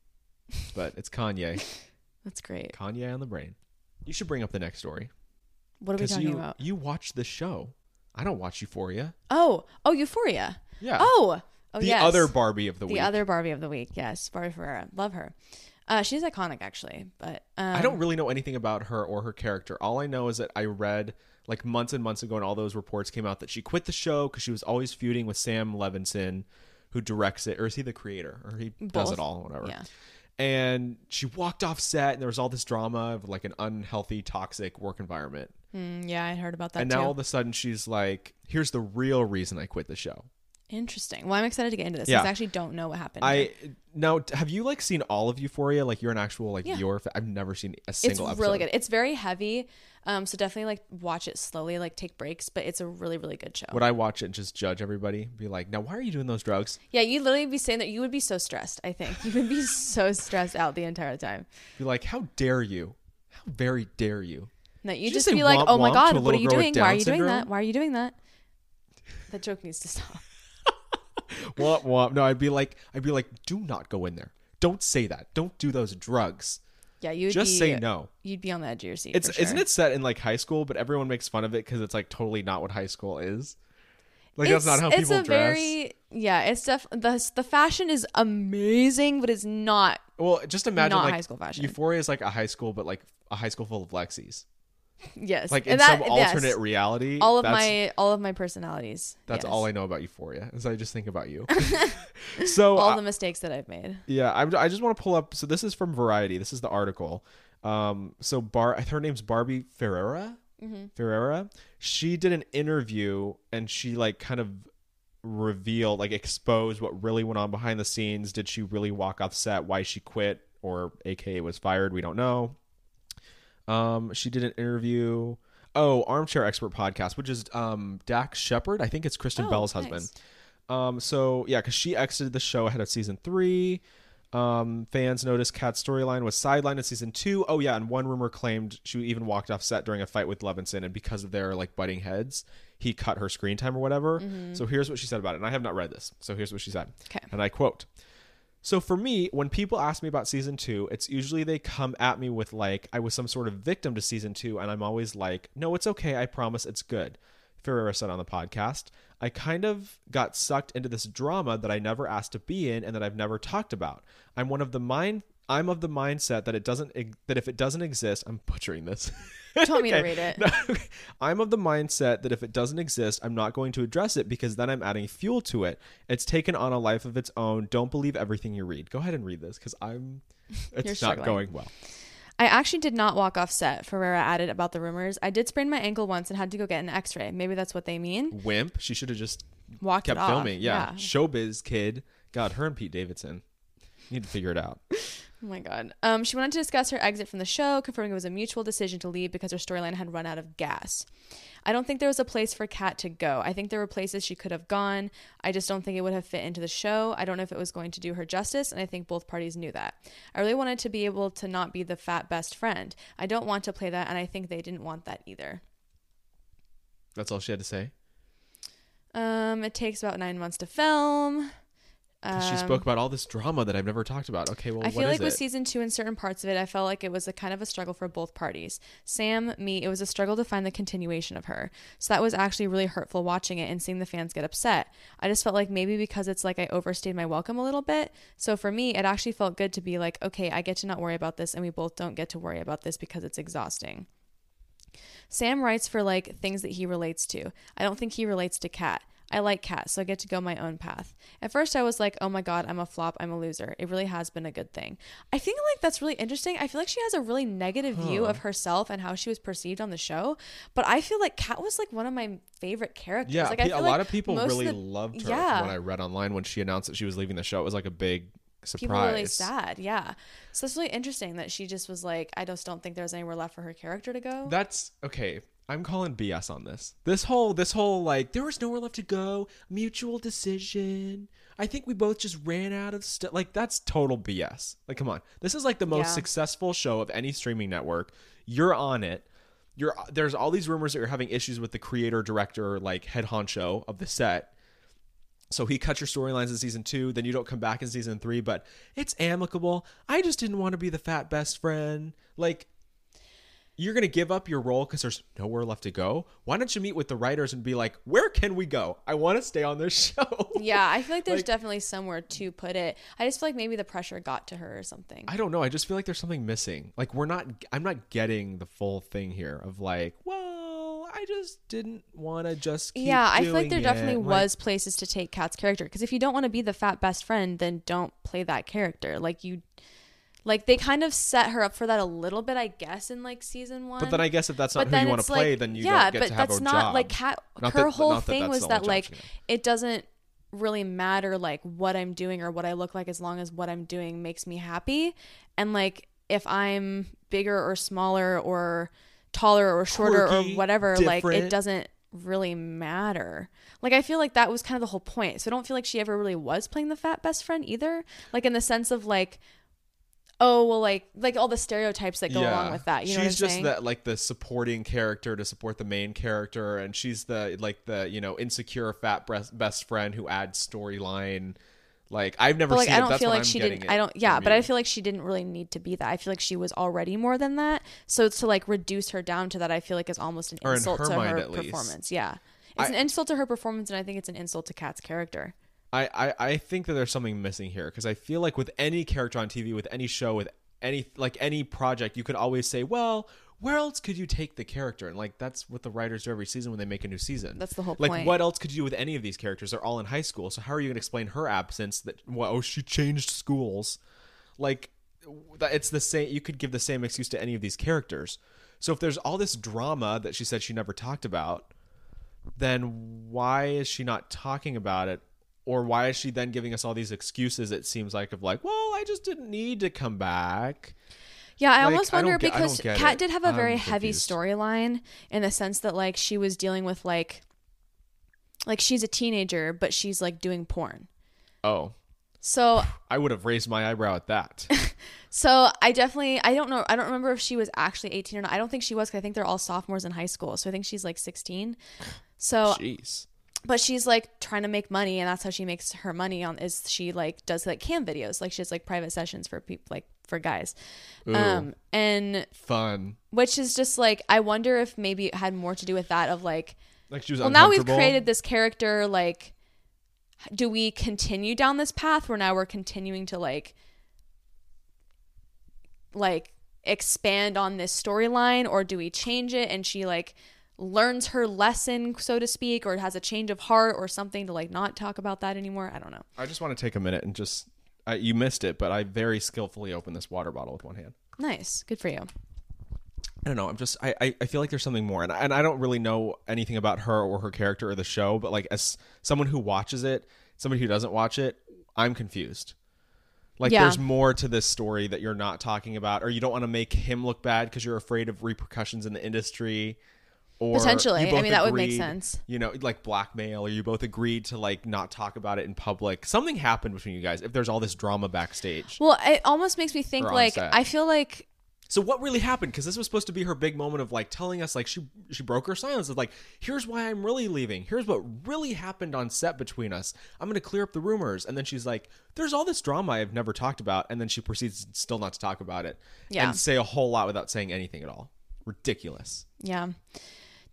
Speaker 1: but it's Kanye.
Speaker 2: that's great.
Speaker 1: Kanye on the brain. You should bring up the next story.
Speaker 2: What are we talking
Speaker 1: you
Speaker 2: about?
Speaker 1: you watch the show. I don't watch Euphoria.
Speaker 2: Oh, oh, Euphoria.
Speaker 1: Yeah.
Speaker 2: Oh, oh
Speaker 1: the
Speaker 2: yes.
Speaker 1: other Barbie of the,
Speaker 2: the
Speaker 1: week.
Speaker 2: other Barbie of the week. Yes, Barbie Ferreira. Love her. Uh, she's iconic actually. But um,
Speaker 1: I don't really know anything about her or her character. All I know is that I read like months and months ago, and all those reports came out that she quit the show because she was always feuding with Sam Levinson, who directs it, or is he the creator, or he does
Speaker 2: Both.
Speaker 1: it all, whatever.
Speaker 2: Yeah.
Speaker 1: And she walked off set, and there was all this drama of like an unhealthy, toxic work environment.
Speaker 2: Mm, yeah, I heard about that
Speaker 1: and
Speaker 2: too.
Speaker 1: now all of a sudden, she's like, "Here's the real reason I quit the show."
Speaker 2: Interesting. Well, I'm excited to get into this.
Speaker 1: Yeah.
Speaker 2: because I actually don't know what happened.
Speaker 1: I now t- have you like seen all of Euphoria? Like you're an actual like viewer. fa- I've never seen a
Speaker 2: it's
Speaker 1: single. episode.
Speaker 2: really good. It's very heavy, um, so definitely like watch it slowly, like take breaks. But it's a really, really good show.
Speaker 1: Would I watch it and just judge everybody? Be like, now why are you doing those drugs?
Speaker 2: yeah, you literally be saying that you would be so stressed. I think you would be so stressed out the entire time.
Speaker 1: Be like, how dare you? How very dare you?
Speaker 2: No, you
Speaker 1: you
Speaker 2: just
Speaker 1: say
Speaker 2: be like,
Speaker 1: womp
Speaker 2: oh my
Speaker 1: womp
Speaker 2: god,
Speaker 1: to a
Speaker 2: what are
Speaker 1: little
Speaker 2: you
Speaker 1: girl with
Speaker 2: doing? Why are
Speaker 1: Down
Speaker 2: you doing
Speaker 1: syndrome?
Speaker 2: that? Why are you doing that? That joke needs to stop.
Speaker 1: Womp womp. No, I'd be like, I'd be like, do not go in there. Don't say that. Don't do those drugs.
Speaker 2: Yeah, you would
Speaker 1: Just
Speaker 2: be-
Speaker 1: say no.
Speaker 2: You'd be on the edge of your seat.
Speaker 1: It's
Speaker 2: for sure.
Speaker 1: isn't it set in like high school, but everyone makes fun of it because it's like totally not what high school is. Like that's not how
Speaker 2: it's
Speaker 1: people
Speaker 2: a
Speaker 1: dress.
Speaker 2: Very, yeah, it's def- the the fashion is amazing, but it's not
Speaker 1: Well, just imagine
Speaker 2: Not
Speaker 1: like
Speaker 2: high school fashion.
Speaker 1: Euphoria is like a high school, but like a high school full of Lexis.
Speaker 2: Yes.
Speaker 1: Like
Speaker 2: And
Speaker 1: in
Speaker 2: that-
Speaker 1: some
Speaker 2: yes.
Speaker 1: alternate reality.
Speaker 2: All of
Speaker 1: that's,
Speaker 2: my all of my personalities.
Speaker 1: That's
Speaker 2: yes.
Speaker 1: all I know about Euphoria, is I just think about you. so
Speaker 2: all
Speaker 1: I-
Speaker 2: the mistakes that I've made.
Speaker 1: yeah, I, I just want to pull up. So this is from Variety. This is the article. Um, so Bar, her name's Barbie Ferreira.
Speaker 2: Mm-hmm.
Speaker 1: Ferreira. She did an interview and she like kind of revealed, like exposed what really went on behind the scenes. Did she really walk off set? Why she quit or AKA was fired? We don't know. Um, she did an interview. Oh, Armchair Expert podcast, which is um Dax Shepard. I think it's Kristen
Speaker 2: Oh,
Speaker 1: Bell's
Speaker 2: nice.
Speaker 1: husband. Um, so yeah, because she exited the show ahead of season three. Um, fans noticed Kat's storyline was sidelined in season two. Oh yeah, and one rumor claimed she even walked off set during a fight with Levinson, and because of their like butting heads, he cut her screen time or whatever. So here's what she said about it, and I have not read this. So here's what she said,
Speaker 2: Okay.
Speaker 1: and I quote. So for me, when people ask me about season two, it's usually they come at me with like I was some sort of victim to season two, and I'm always like, no, it's okay. I promise it's good. Ferreira said on the podcast, I kind of got sucked into this drama that I never asked to be in and that I've never talked about. I'm one of the mind. I'm of the mindset that it doesn't that if it doesn't exist, I'm butchering this.
Speaker 2: You told me to read it.
Speaker 1: I'm of the mindset that if it doesn't exist, I'm not going to address it because then I'm adding fuel to it. It's taken on a life of its own. Don't believe everything you read. Go ahead and read this because I'm. It's not
Speaker 2: struggling.
Speaker 1: going well.
Speaker 2: I actually did not walk off set, Ferrera added about the rumors. I did sprain my ankle once and had to go get an x ray. Maybe that's what they mean.
Speaker 1: Wimp. She should have just
Speaker 2: Walked
Speaker 1: kept
Speaker 2: it off.
Speaker 1: filming. Yeah. Showbiz kid. God, her and Pete Davidson. You need to figure it out.
Speaker 2: Oh my God. Um, she went on to discuss her exit from the show, confirming it was a mutual decision to leave because her storyline had run out of gas. I don't think there was a place for Kat to go. I think there were places she could have gone. I just don't think it would have fit into the show. I don't know if it was going to do her justice, and I think both parties knew that. I really wanted to be able to not be the fat best friend. I don't want to play that, and I think they didn't want that either.
Speaker 1: That's all she had to say.
Speaker 2: Um, it takes about nine months to film.
Speaker 1: 'Cause she spoke about all this drama that I've never talked about. Okay, well,
Speaker 2: Um, I
Speaker 1: what is
Speaker 2: feel like with
Speaker 1: it?
Speaker 2: season two and certain parts of it, I felt like it was a kind of a struggle for both parties. Sam, me, it was a struggle to find the continuation of her. So that was actually really hurtful watching it and seeing the fans get upset. I just felt like maybe because it's like I overstayed my welcome a little bit. So for me, it actually felt good to be like, okay, I get to not worry about this, and we both don't get to worry about this because it's exhausting. Sam writes for like things that he relates to. I don't think he relates to Kat. I like Kat, so I get to go my own path. At first, I was like, oh my God, I'm a flop. I'm a loser. It really has been a good thing. I think like that's really interesting. I feel like she has a really negative view of herself and how she was perceived on the show. But I feel like Kat was like one of my favorite characters.
Speaker 1: Yeah,
Speaker 2: like,
Speaker 1: pe-
Speaker 2: I
Speaker 1: a
Speaker 2: feel
Speaker 1: lot
Speaker 2: like
Speaker 1: of people
Speaker 2: most
Speaker 1: really
Speaker 2: the-
Speaker 1: loved her.
Speaker 2: Yeah.
Speaker 1: From what I read online when she announced that she was leaving the show, it was like a big surprise.
Speaker 2: People were really sad, yeah. So it's really interesting that she just was like, I just don't think there's anywhere left for her character to go.
Speaker 1: That's okay. I'm calling BS on this. This whole, this whole like, there was nowhere left to go. Mutual decision. I think we both just ran out of stuff. Like that's total BS. Like, come on. This is like the most
Speaker 2: Yeah.
Speaker 1: successful show of any streaming network. You're on it. You're there's all these rumors that you're having issues with the creator, director, like head honcho of the set. So he cuts your storylines in season two, then you don't come back in season three, but it's amicable. I just didn't want to be the fat best friend. Like, you're going to give up your role because there's nowhere left to go. Why don't you meet with the writers and be like, where can we go? I want to stay on this show.
Speaker 2: Yeah, I feel like there's
Speaker 1: Like-
Speaker 2: definitely somewhere to put it. I just feel like maybe the pressure got to her or something.
Speaker 1: I don't know. I just feel like there's something missing. Like, we're not, I'm not getting the full thing here of like, well, I just didn't want to just keep
Speaker 2: yeah, I feel like
Speaker 1: doing
Speaker 2: there
Speaker 1: it.
Speaker 2: definitely
Speaker 1: Like,
Speaker 2: was places to take Kat's character because if you don't want to be the fat best friend, then don't play that character. Like you, like they kind of set her up for that a little bit, I guess, in like season one.
Speaker 1: But then I guess if that's not
Speaker 2: But
Speaker 1: who
Speaker 2: then
Speaker 1: you want to
Speaker 2: it's
Speaker 1: play,
Speaker 2: like-
Speaker 1: then you
Speaker 2: yeah,
Speaker 1: don't get
Speaker 2: but
Speaker 1: to have
Speaker 2: that's
Speaker 1: a
Speaker 2: not
Speaker 1: job.
Speaker 2: like Kat.
Speaker 1: Not
Speaker 2: her
Speaker 1: that-
Speaker 2: whole
Speaker 1: not
Speaker 2: thing
Speaker 1: that's
Speaker 2: was
Speaker 1: the
Speaker 2: that
Speaker 1: only job
Speaker 2: like
Speaker 1: she had.
Speaker 2: it doesn't really matter like what I'm doing or what I look like as long as what I'm doing makes me happy, and like if I'm bigger or smaller or taller or shorter
Speaker 1: Quirky,
Speaker 2: or whatever, like
Speaker 1: different.
Speaker 2: it doesn't really matter. Like I feel like that was kind of the whole point. So I don't feel like she ever really was playing the fat best friend either. Like in the sense of like. Oh well, like like all the stereotypes that go along with that. You know
Speaker 1: she's
Speaker 2: what I'm
Speaker 1: just
Speaker 2: saying?
Speaker 1: that like the supporting character to support the main character, and she's the like the you know insecure fat breast, best friend who adds storyline. Like I've never
Speaker 2: but like
Speaker 1: seen.
Speaker 2: I
Speaker 1: it.
Speaker 2: don't
Speaker 1: That's
Speaker 2: feel
Speaker 1: what
Speaker 2: like
Speaker 1: I'm
Speaker 2: she
Speaker 1: getting
Speaker 2: didn't.
Speaker 1: it
Speaker 2: I don't. Yeah,
Speaker 1: from
Speaker 2: but I
Speaker 1: you.
Speaker 2: feel like she didn't really need to be that. I feel like she was already more than that. So it's to like reduce her down to that, I feel like is almost an
Speaker 1: Or in
Speaker 2: insult
Speaker 1: her
Speaker 2: to
Speaker 1: mind,
Speaker 2: her
Speaker 1: at least.
Speaker 2: performance. Yeah, it's
Speaker 1: I-
Speaker 2: an insult to her performance, and I think it's an insult to Kat's character.
Speaker 1: I, I, I think that there's something missing here because I feel like with any character on TV, with any show, with any like any project, you could always say, well, where else could you take the character? And like that's what the writers do every season when they make a new season.
Speaker 2: That's the whole
Speaker 1: like,
Speaker 2: point.
Speaker 1: what else could you do with any of these characters? They're all in high school, so how are you going to explain her absence? That well, oh, she changed schools. Like that- it's the same. You could give the same excuse to any of these characters. So if there's all this drama that she said she never talked about, then why is she not talking about it? Or why is she then giving us all these excuses? It seems like of like, well, I just didn't need to come back.
Speaker 2: Yeah, I
Speaker 1: Like,
Speaker 2: almost
Speaker 1: I don't
Speaker 2: wonder
Speaker 1: get- I
Speaker 2: because
Speaker 1: don't get
Speaker 2: Kat
Speaker 1: it.
Speaker 2: did have a very
Speaker 1: I'm
Speaker 2: heavy
Speaker 1: confused.
Speaker 2: storyline in the sense that like she was dealing with like like she's a teenager but she's like doing porn.
Speaker 1: Oh,
Speaker 2: So
Speaker 1: I would have raised my eyebrow at that.
Speaker 2: so I definitely I don't know I don't remember if she was actually 18 or not. I don't think she was cuz I think they're all sophomores in high school. So I think she's like 16. So
Speaker 1: Jeez.
Speaker 2: but she's like trying to make money and that's how she makes her money on is she like does like cam videos. Like she has like private sessions for people like for guys. Um and
Speaker 1: Fun.
Speaker 2: which is just like I wonder if maybe it had more to do with that of like
Speaker 1: Like she was
Speaker 2: well now we've created this character like do we continue down this path where now we're continuing to like like expand on this storyline or do we change it and she like learns her lesson so to speak or has a change of heart or something to like not talk about that anymore I don't know
Speaker 1: I just want to take a minute and just. I, you missed it, but I very skillfully opened this water bottle with one hand.
Speaker 2: nice good for you
Speaker 1: I don't know. I'm just. I, I, I feel like there's something more, and and I don't really know anything about her or her character or the show. But like as someone who watches it, somebody who doesn't watch it, I'm confused. Like
Speaker 2: Yeah.
Speaker 1: there's more to this story that you're not talking about, or you don't want to make him look bad because you're afraid of repercussions in the industry. Or
Speaker 2: Potentially.
Speaker 1: you both
Speaker 2: I mean, that would make
Speaker 1: agreed,
Speaker 2: sense.
Speaker 1: You know, like blackmail, or you both agreed to like not talk about it in public. Something happened between you guys. If there's all this drama backstage,
Speaker 2: well it almost makes me think
Speaker 1: Or on
Speaker 2: like
Speaker 1: set.
Speaker 2: I feel like
Speaker 1: so what really happened? Because this was supposed to be her big moment of like telling us like she she broke her silence of like here's why I'm really leaving. Here's what really happened on set between us. I'm gonna clear up the rumors. And then she's like, "There's all this drama I've never talked about," and then she proceeds still not to talk about it
Speaker 2: Yeah.
Speaker 1: and say a whole lot without saying anything at all. Ridiculous.
Speaker 2: yeah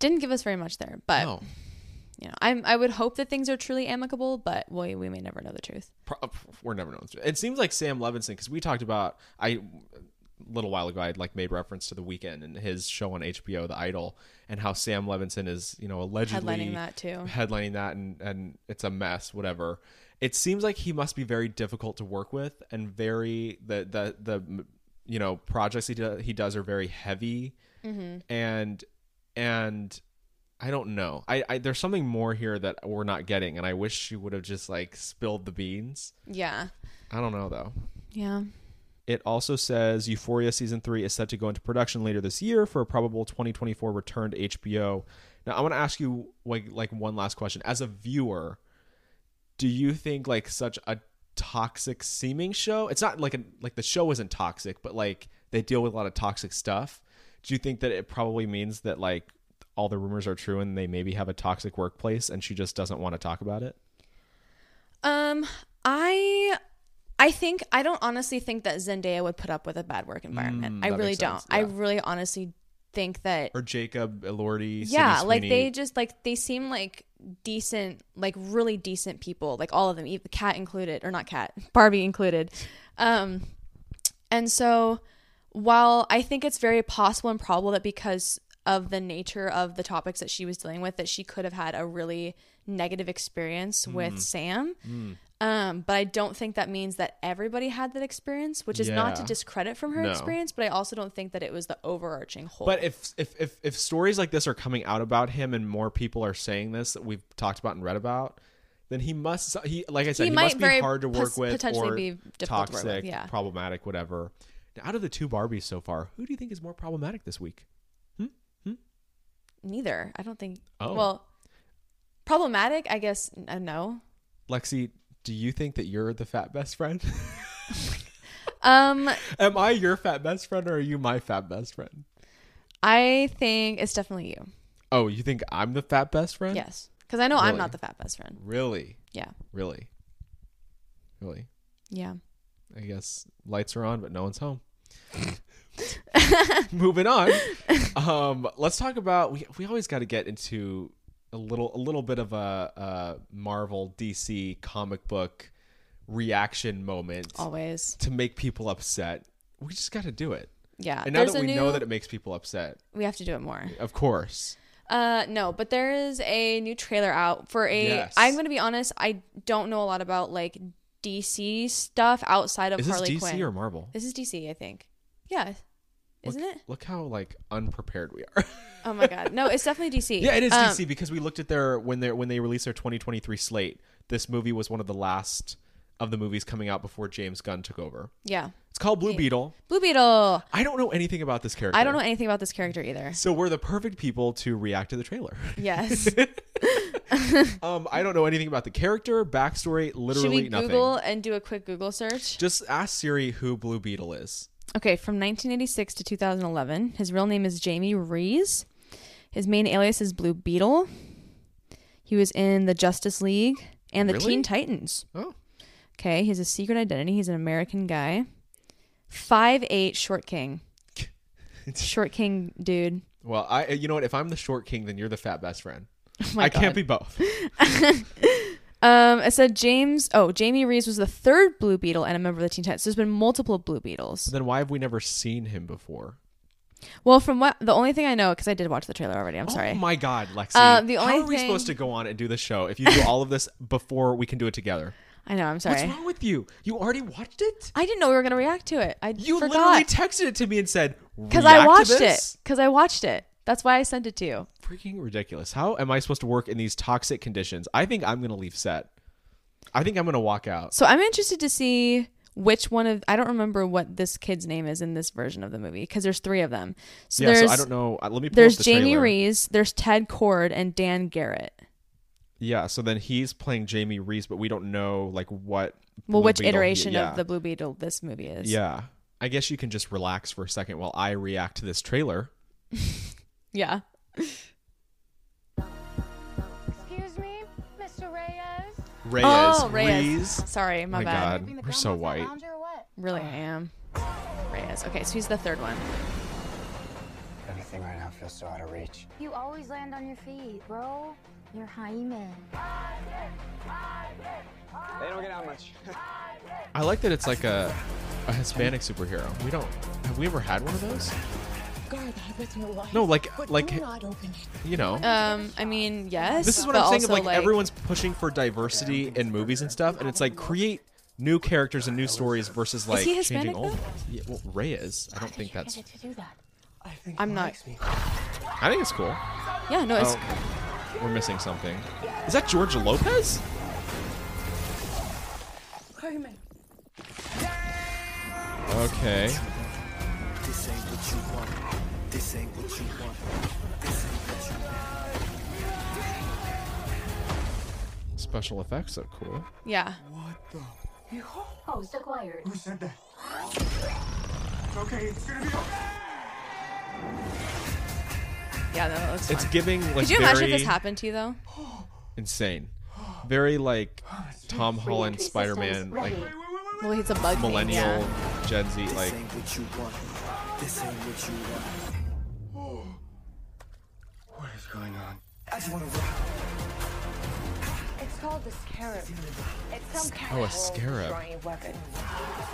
Speaker 2: didn't give us very much there but
Speaker 1: No,
Speaker 2: you know, I'm I would hope that things are truly amicable, but we we may never know the truth.
Speaker 1: Pro- uh, we're never known. It seems like Sam Levinson because we talked about I a little while ago I had like made reference to the weekend and his show on HBO, The Idol, and how Sam Levinson is you know allegedly
Speaker 2: Headlining that, too.
Speaker 1: headlining that, and and it's a mess, whatever. It seems like he must be very difficult to work with, and very the the the you know projects he do, he does are very heavy,
Speaker 2: Mm-hmm.
Speaker 1: and and I don't know. I, I there's something more here that we're not getting, and I wish she would have just like spilled the beans.
Speaker 2: Yeah.
Speaker 1: I don't know though.
Speaker 2: Yeah.
Speaker 1: It also says Euphoria season three is set to go into production later this year for a probable 2024 return to HBO. Now I want to ask you like like one last question. As a viewer, do you think like such a toxic seeming show? It's not like a, like the show isn't toxic, but like they deal with a lot of toxic stuff. Do you think that it probably means that like all the rumors are true and they maybe have a toxic workplace and she just doesn't want to talk about it?
Speaker 2: Um I I think I don't honestly think that Zendaya would put up with a bad work environment. I
Speaker 1: Mm, that
Speaker 2: really
Speaker 1: makes
Speaker 2: don't.
Speaker 1: sense,
Speaker 2: I
Speaker 1: yeah.
Speaker 2: really honestly think that
Speaker 1: Or Jacob Elordi?
Speaker 2: yeah,
Speaker 1: Sydney
Speaker 2: like
Speaker 1: Sweeney?
Speaker 2: they just like they seem like decent, like really decent people, like all of them, even cat included or not cat, Barbie included. Um and so while I think it's very possible and probable that because of the nature of the topics that she was dealing with, that she could have had a really negative
Speaker 1: Mm.
Speaker 2: experience with Sam. Um, but I don't think that means that everybody had that experience, which is not to
Speaker 1: Yeah.
Speaker 2: discredit from her
Speaker 1: No.
Speaker 2: experience, but I also don't think that it was the overarching whole.
Speaker 1: But if, if if if stories like this are coming out about him, and more people are saying this that we've talked about and read about, then he must he like I said
Speaker 2: He
Speaker 1: he,
Speaker 2: might
Speaker 1: must
Speaker 2: very
Speaker 1: be hard to
Speaker 2: pos-
Speaker 1: work with,
Speaker 2: potentially
Speaker 1: or
Speaker 2: be difficult to work
Speaker 1: toxic,
Speaker 2: with, yeah.
Speaker 1: problematic, whatever. Now, out of the two Barbies so far, who do you think is more problematic this week?
Speaker 2: Neither. I don't think.
Speaker 1: Oh.
Speaker 2: Well, problematic. I guess uh, no.
Speaker 1: Lexi, do you think that you're the fat best friend?
Speaker 2: Um,
Speaker 1: Am I your fat best friend, or are you my fat best friend?
Speaker 2: I think it's definitely you.
Speaker 1: Oh, you think I'm the fat best friend?
Speaker 2: Yes, because I know I'm
Speaker 1: Really?
Speaker 2: not the fat best friend.
Speaker 1: Really,
Speaker 2: Yeah,
Speaker 1: really, really.
Speaker 2: yeah.
Speaker 1: I guess lights are on, but no one's home. Moving on. Um, let's talk about we we always got to get into a little a little bit of a, a Marvel DC comic book reaction moment
Speaker 2: Always.
Speaker 1: to make people upset. We just got to do it.
Speaker 2: Yeah.
Speaker 1: And now
Speaker 2: Uh, there's
Speaker 1: that
Speaker 2: a
Speaker 1: we
Speaker 2: new,
Speaker 1: know that it makes people upset,
Speaker 2: we have to do it more.
Speaker 1: of course.
Speaker 2: Uh, no, but there is a new trailer out for a.
Speaker 1: Yes.
Speaker 2: am going to be honest. I don't know a lot about like DC stuff outside of
Speaker 1: Is this
Speaker 2: Harley
Speaker 1: DC
Speaker 2: Quinn.
Speaker 1: or Marvel?
Speaker 2: this is DC, I think. Yeah, isn't
Speaker 1: look,
Speaker 2: it?
Speaker 1: Look how like unprepared we are.
Speaker 2: Oh my god, no, it's definitely DC.
Speaker 1: yeah, it is
Speaker 2: Um,
Speaker 1: DC because we looked at their when they when they released their 2023 slate. This movie was one of the last of the movies coming out before James Gunn took over.
Speaker 2: Yeah,
Speaker 1: It's called Blue Beetle.
Speaker 2: Blue Beetle.
Speaker 1: I don't know anything about this character.
Speaker 2: I don't know anything about this character either.
Speaker 1: So we're the perfect people to react to the trailer.
Speaker 2: Yes.
Speaker 1: um, I don't know anything about the character, backstory,
Speaker 2: Should
Speaker 1: literally
Speaker 2: we
Speaker 1: nothing.
Speaker 2: Google and do a quick Google search?
Speaker 1: Just ask Siri who Blue Beetle is.
Speaker 2: Okay, from 1986 to 2011, his real name is Jamie Rees. His main alias is Blue Beetle. He was in the Justice League and the
Speaker 1: Really?
Speaker 2: Teen Titans.
Speaker 1: Oh,
Speaker 2: Okay, he has a secret identity. He's an American guy. Five eight, short king. Short king, dude.
Speaker 1: well, I you know what? If I'm the short king, then you're the fat best friend.
Speaker 2: Oh my
Speaker 1: I can't
Speaker 2: God.
Speaker 1: be both.
Speaker 2: Um, I said James. Oh, Jamie Rees was the third Blue Beetle and a member of the Teen Titans. So there's been multiple Blue Beetles.
Speaker 1: then why have we never seen him before?
Speaker 2: Well, from what the only thing I know, because I did watch the trailer already. I'm sorry.
Speaker 1: Oh my God, Lexi.
Speaker 2: Uh, the
Speaker 1: How
Speaker 2: only
Speaker 1: are we supposed to
Speaker 2: thing-
Speaker 1: go on and do the show if you do all of this before we can do it together?
Speaker 2: I know. I'm sorry.
Speaker 1: What's wrong with you? You already watched it?
Speaker 2: I didn't know we were gonna react to it. I
Speaker 1: You
Speaker 2: forgot
Speaker 1: literally texted it to me and said,
Speaker 2: because I
Speaker 1: "React to
Speaker 2: watched it.
Speaker 1: this?"
Speaker 2: Because I watched it. That's why I sent it to you.
Speaker 1: Freaking ridiculous. How am I supposed to work in these toxic conditions? I think I'm going to leave set. I think I'm going to walk out.
Speaker 2: So I'm interested to see which one of I don't remember what this kid's name is in this version of the movie because there's three of them. So
Speaker 1: yeah,
Speaker 2: there's
Speaker 1: so I don't know. Uh, Let me pull
Speaker 2: there's
Speaker 1: up the
Speaker 2: Jamie
Speaker 1: trailer.
Speaker 2: Rees, there's Ted Cord, and Dan Garrett.
Speaker 1: Yeah, so then he's playing Jamie Reese, but we don't know like what
Speaker 2: Well,
Speaker 1: Blue
Speaker 2: which
Speaker 1: Beetle he-
Speaker 2: iteration
Speaker 1: yeah.
Speaker 2: of the Blue Beetle this movie is?
Speaker 1: Yeah. I guess you can just relax for a second while I react to this trailer.
Speaker 2: yeah.
Speaker 4: Excuse me, Mr. Reyes.
Speaker 1: Reyes.
Speaker 2: oh, Reyes.
Speaker 1: Reese. Oh
Speaker 2: Sorry, my,
Speaker 1: my
Speaker 2: bad.
Speaker 1: God, we're so white.
Speaker 2: Really, I am. Reyes. Okay, so he's the third one.
Speaker 6: Everything right now feels so out of reach.
Speaker 7: You always land on your feet, bro. You're Jaime.
Speaker 6: They don't get out much.
Speaker 1: I like that it's like a, a Hispanic superhero. We don't have we ever had one of those? No, like like you know.
Speaker 2: Um, I mean, yes.
Speaker 1: this is what
Speaker 2: but
Speaker 1: I'm saying. of,
Speaker 2: also,
Speaker 1: Like, everyone's pushing for diversity in movies and stuff, and it's like create new characters and new stories versus like
Speaker 2: he Hispanic,
Speaker 1: changing old.
Speaker 2: though?
Speaker 1: Yeah, well, Reyes. I don't think that's.
Speaker 2: I'm not.
Speaker 1: I think it's cool.
Speaker 2: Yeah, no, it's
Speaker 1: Oh. We're missing something. Is that George Lopez? Okay. Special effects are cool.
Speaker 2: yeah.
Speaker 7: Host acquired.
Speaker 5: Okay, it's gonna be
Speaker 2: Yeah, no, that looks
Speaker 1: It's
Speaker 2: fun.
Speaker 1: giving like
Speaker 2: Could you imagine if
Speaker 1: very
Speaker 2: this happened to you though?
Speaker 1: insane, very like Tom Holland
Speaker 7: Reentry
Speaker 1: Spider-Man,
Speaker 7: systems
Speaker 1: like
Speaker 7: ready.
Speaker 2: Well, he's a bug
Speaker 1: millennial
Speaker 2: Thing, yeah.
Speaker 1: Gen Z, like
Speaker 5: What is going on?
Speaker 8: It's called the scarab. It's some kind
Speaker 1: Oh, a
Speaker 8: of
Speaker 1: scarab.
Speaker 8: world-destroying weapon.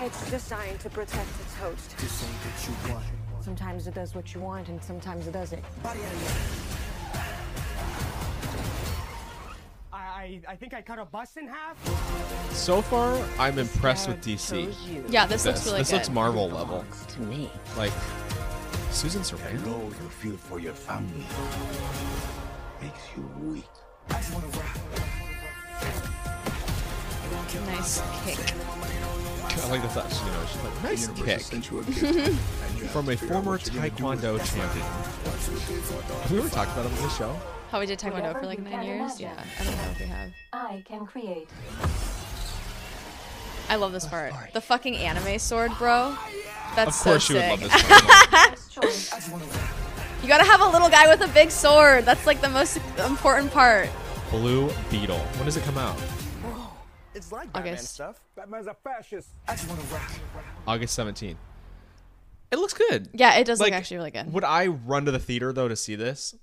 Speaker 8: It's designed to protect its host. Sometimes it does what you want, and sometimes it doesn't.
Speaker 5: I, I, I think I cut a bus in half.
Speaker 1: so far I'm impressed with DC.
Speaker 8: Chose you.
Speaker 2: Yeah, this,
Speaker 1: This,
Speaker 2: looks really
Speaker 1: this
Speaker 2: good.
Speaker 1: looks Marvel level.
Speaker 8: To me.
Speaker 1: Like Susan Sarandon.
Speaker 3: Know you feel for your family makes you weak.
Speaker 2: nice kick.
Speaker 1: I like the thought. You know, she's like nice
Speaker 3: Universe has
Speaker 1: kick
Speaker 3: sent you a gift, and you have
Speaker 1: from
Speaker 3: to
Speaker 1: a
Speaker 3: figure out
Speaker 1: former
Speaker 3: what you're gonna do with
Speaker 1: Taekwondo
Speaker 3: it.
Speaker 1: champion. Have we ever talked about him on the show?
Speaker 2: How we did Taekwondo for like
Speaker 7: Whatever you
Speaker 2: nine
Speaker 7: can imagine.
Speaker 2: years? Yeah, I don't know if we have.
Speaker 7: I can create.
Speaker 2: I love this part. The fucking anime sword, bro. That's
Speaker 1: Of course,
Speaker 2: so
Speaker 1: you
Speaker 2: sick.
Speaker 1: would love this. Pokemon.
Speaker 7: First choice.
Speaker 2: You gotta have a little guy with a big sword. That's like the most important part.
Speaker 1: Blue Beetle. When does it come out?
Speaker 6: It's like
Speaker 2: Batman August.
Speaker 6: stuff.
Speaker 5: Batman's a fascist.
Speaker 1: August 17th. It looks good.
Speaker 2: Yeah, it does look actually really good.
Speaker 1: Would I run to the theater though to see this?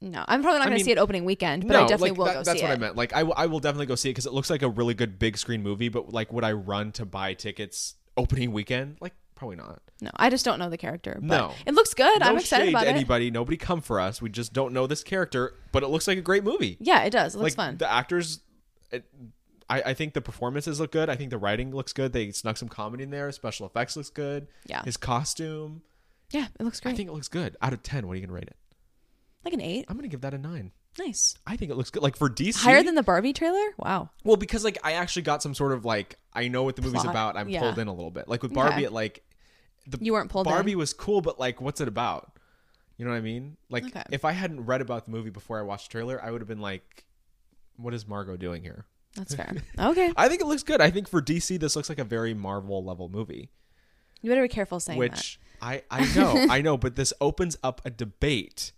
Speaker 2: No, I'm probably not going
Speaker 1: mean,
Speaker 2: to see it opening weekend, but I definitely
Speaker 1: like,
Speaker 2: will
Speaker 1: that-
Speaker 2: go
Speaker 1: That's
Speaker 2: see
Speaker 1: what I
Speaker 2: it.
Speaker 1: meant. Like, I, w- I will definitely go see it because it looks like a really good big screen movie. But like, would I run to buy tickets opening weekend? Like, probably not.
Speaker 2: No, I just don't know the character. But
Speaker 1: No.
Speaker 2: it looks good.
Speaker 1: No
Speaker 2: I'm excited
Speaker 1: shade
Speaker 2: about
Speaker 1: to
Speaker 2: it.
Speaker 1: anybody. Nobody come for us. We just don't know this character, but it looks like a great movie.
Speaker 2: Yeah, it does. It looks
Speaker 1: like
Speaker 2: fun.
Speaker 1: the actors. It, I, I think the performances look good. I think the writing looks good. They snuck some comedy in there. Special effects looks good.
Speaker 2: Yeah.
Speaker 1: His costume.
Speaker 2: yeah, it looks great.
Speaker 1: I think it looks good. Out of ten, what are you gonna rate it?
Speaker 2: like an eight.
Speaker 1: I'm gonna give that a nine.
Speaker 2: Nice.
Speaker 1: I think it looks good. Like for DC,
Speaker 2: Higher than the Barbie trailer? Wow.
Speaker 1: Well, because like I actually got some sort of like I know what the movie's
Speaker 2: Plot,
Speaker 1: about. I'm
Speaker 2: yeah.
Speaker 1: pulled in a little bit. Like with Barbie,
Speaker 2: Okay.
Speaker 1: it like the
Speaker 2: You weren't pulled
Speaker 1: Barbie
Speaker 2: in?
Speaker 1: was cool, but like, what's it about? You know what I mean? Like,
Speaker 2: Okay.
Speaker 1: if I hadn't read about the movie before I watched the trailer, I would have been like, "What is Margot doing here?"
Speaker 2: That's fair. okay.
Speaker 1: I think it looks good. I think for DC, this looks like a very Marvel level movie,
Speaker 2: You better be careful saying that.
Speaker 1: which I I know I know, but this opens up a debate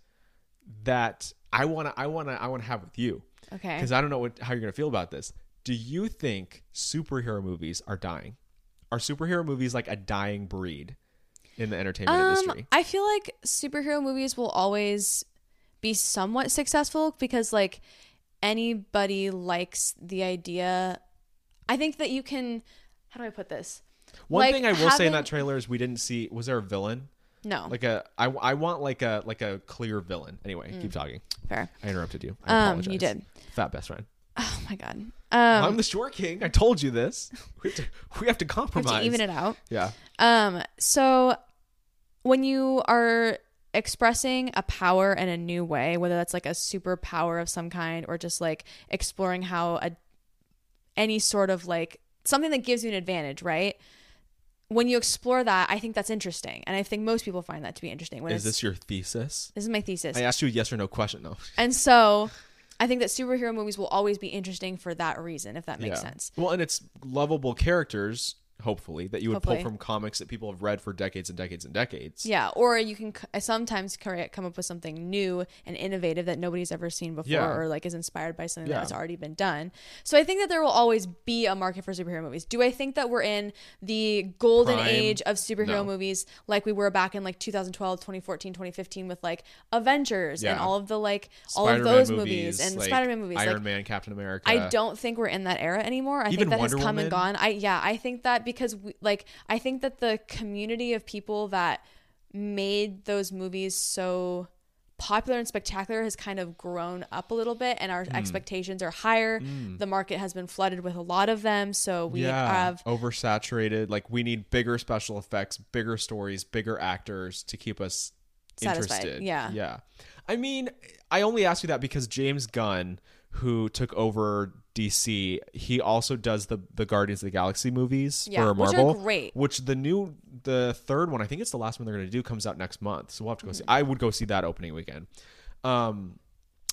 Speaker 1: that I wanna I wanna I wanna have with you
Speaker 2: Okay.
Speaker 1: because I don't know what, how you're going to feel about this. Do you think superhero movies are dying? Are superhero movies like a dying breed in the
Speaker 2: Um,
Speaker 1: entertainment industry?
Speaker 2: I feel like superhero movies will always be somewhat successful because like anybody likes the idea. I think that you can. How do I put this?
Speaker 1: One
Speaker 2: like
Speaker 1: thing I will say in
Speaker 2: having-
Speaker 1: that trailer is we didn't see was there a villain?
Speaker 2: No,
Speaker 1: Like a I, I want like a like a clear villain. Anyway, keep talking.
Speaker 2: fair.
Speaker 1: I interrupted you. I
Speaker 2: Mm. Um,
Speaker 1: apologize.
Speaker 2: you did.
Speaker 1: Fat best friend.
Speaker 2: Oh my god. Um,
Speaker 1: I'm the short king. I told you this. We have to, we have to
Speaker 2: we have
Speaker 1: compromise.
Speaker 2: to even it out.
Speaker 1: Yeah.
Speaker 2: Um, so when you are expressing a power in a new way, whether that's like a superpower of some kind or just like exploring how a any sort of like something that gives you an advantage, right? When you explore that, I think that's interesting, and I think most people find that to be interesting. When
Speaker 1: Is
Speaker 2: it's-
Speaker 1: this your thesis?
Speaker 2: this is my thesis,
Speaker 1: I asked you a yes or no question. No.
Speaker 2: and so I think that superhero movies will always be interesting for that reason, if that makes
Speaker 1: Yeah.
Speaker 2: sense.
Speaker 1: Well, and it's lovable characters, hopefully, that you would
Speaker 2: Hopefully.
Speaker 1: pull from comics that people have read for decades and decades and decades.
Speaker 2: Yeah, or you can c- uh, sometimes create, come up with something new and innovative that nobody's ever seen before,
Speaker 1: Yeah.
Speaker 2: or like is inspired by something
Speaker 1: Yeah.
Speaker 2: that's already been done. So I think that there will always be a market for superhero movies. Do I think that we're in the golden
Speaker 1: Prime?
Speaker 2: age of superhero
Speaker 1: No.
Speaker 2: movies like we were back in like 2012, 2014, 2015 with like Avengers and
Speaker 1: Yeah.
Speaker 2: all of the like all
Speaker 1: Spider-Man
Speaker 2: of those movies, and
Speaker 1: like
Speaker 2: Spider-Man movies?
Speaker 1: Iron
Speaker 2: like,
Speaker 1: Man, Captain America.
Speaker 2: I don't think we're in that era anymore. I
Speaker 1: Even
Speaker 2: think that
Speaker 1: Wonder
Speaker 2: has come and
Speaker 1: Woman?
Speaker 2: gone. I yeah, I think that because we, like I think that the community of people that made those movies so popular and spectacular has kind of grown up a little bit and
Speaker 1: Hmm.
Speaker 2: our expectations are higher. The market has been flooded with a lot of them, so we
Speaker 1: yeah, Oh,
Speaker 2: have
Speaker 1: oversaturated. Like we need bigger special effects, bigger stories, bigger actors to keep us
Speaker 2: Satisfied,
Speaker 1: interested.
Speaker 2: yeah.
Speaker 1: yeah. I mean, I only ask you that because James Gunn, who took over DC, he also does the the Guardians of the Galaxy movies
Speaker 2: Yeah,
Speaker 1: for
Speaker 2: which are
Speaker 1: Marvel,
Speaker 2: great.
Speaker 1: Which the new the third one, I think it's the last one they're going to do, comes out next month. So we'll have to go
Speaker 2: Mm-hmm.
Speaker 1: see. I would go see that opening weekend. Um.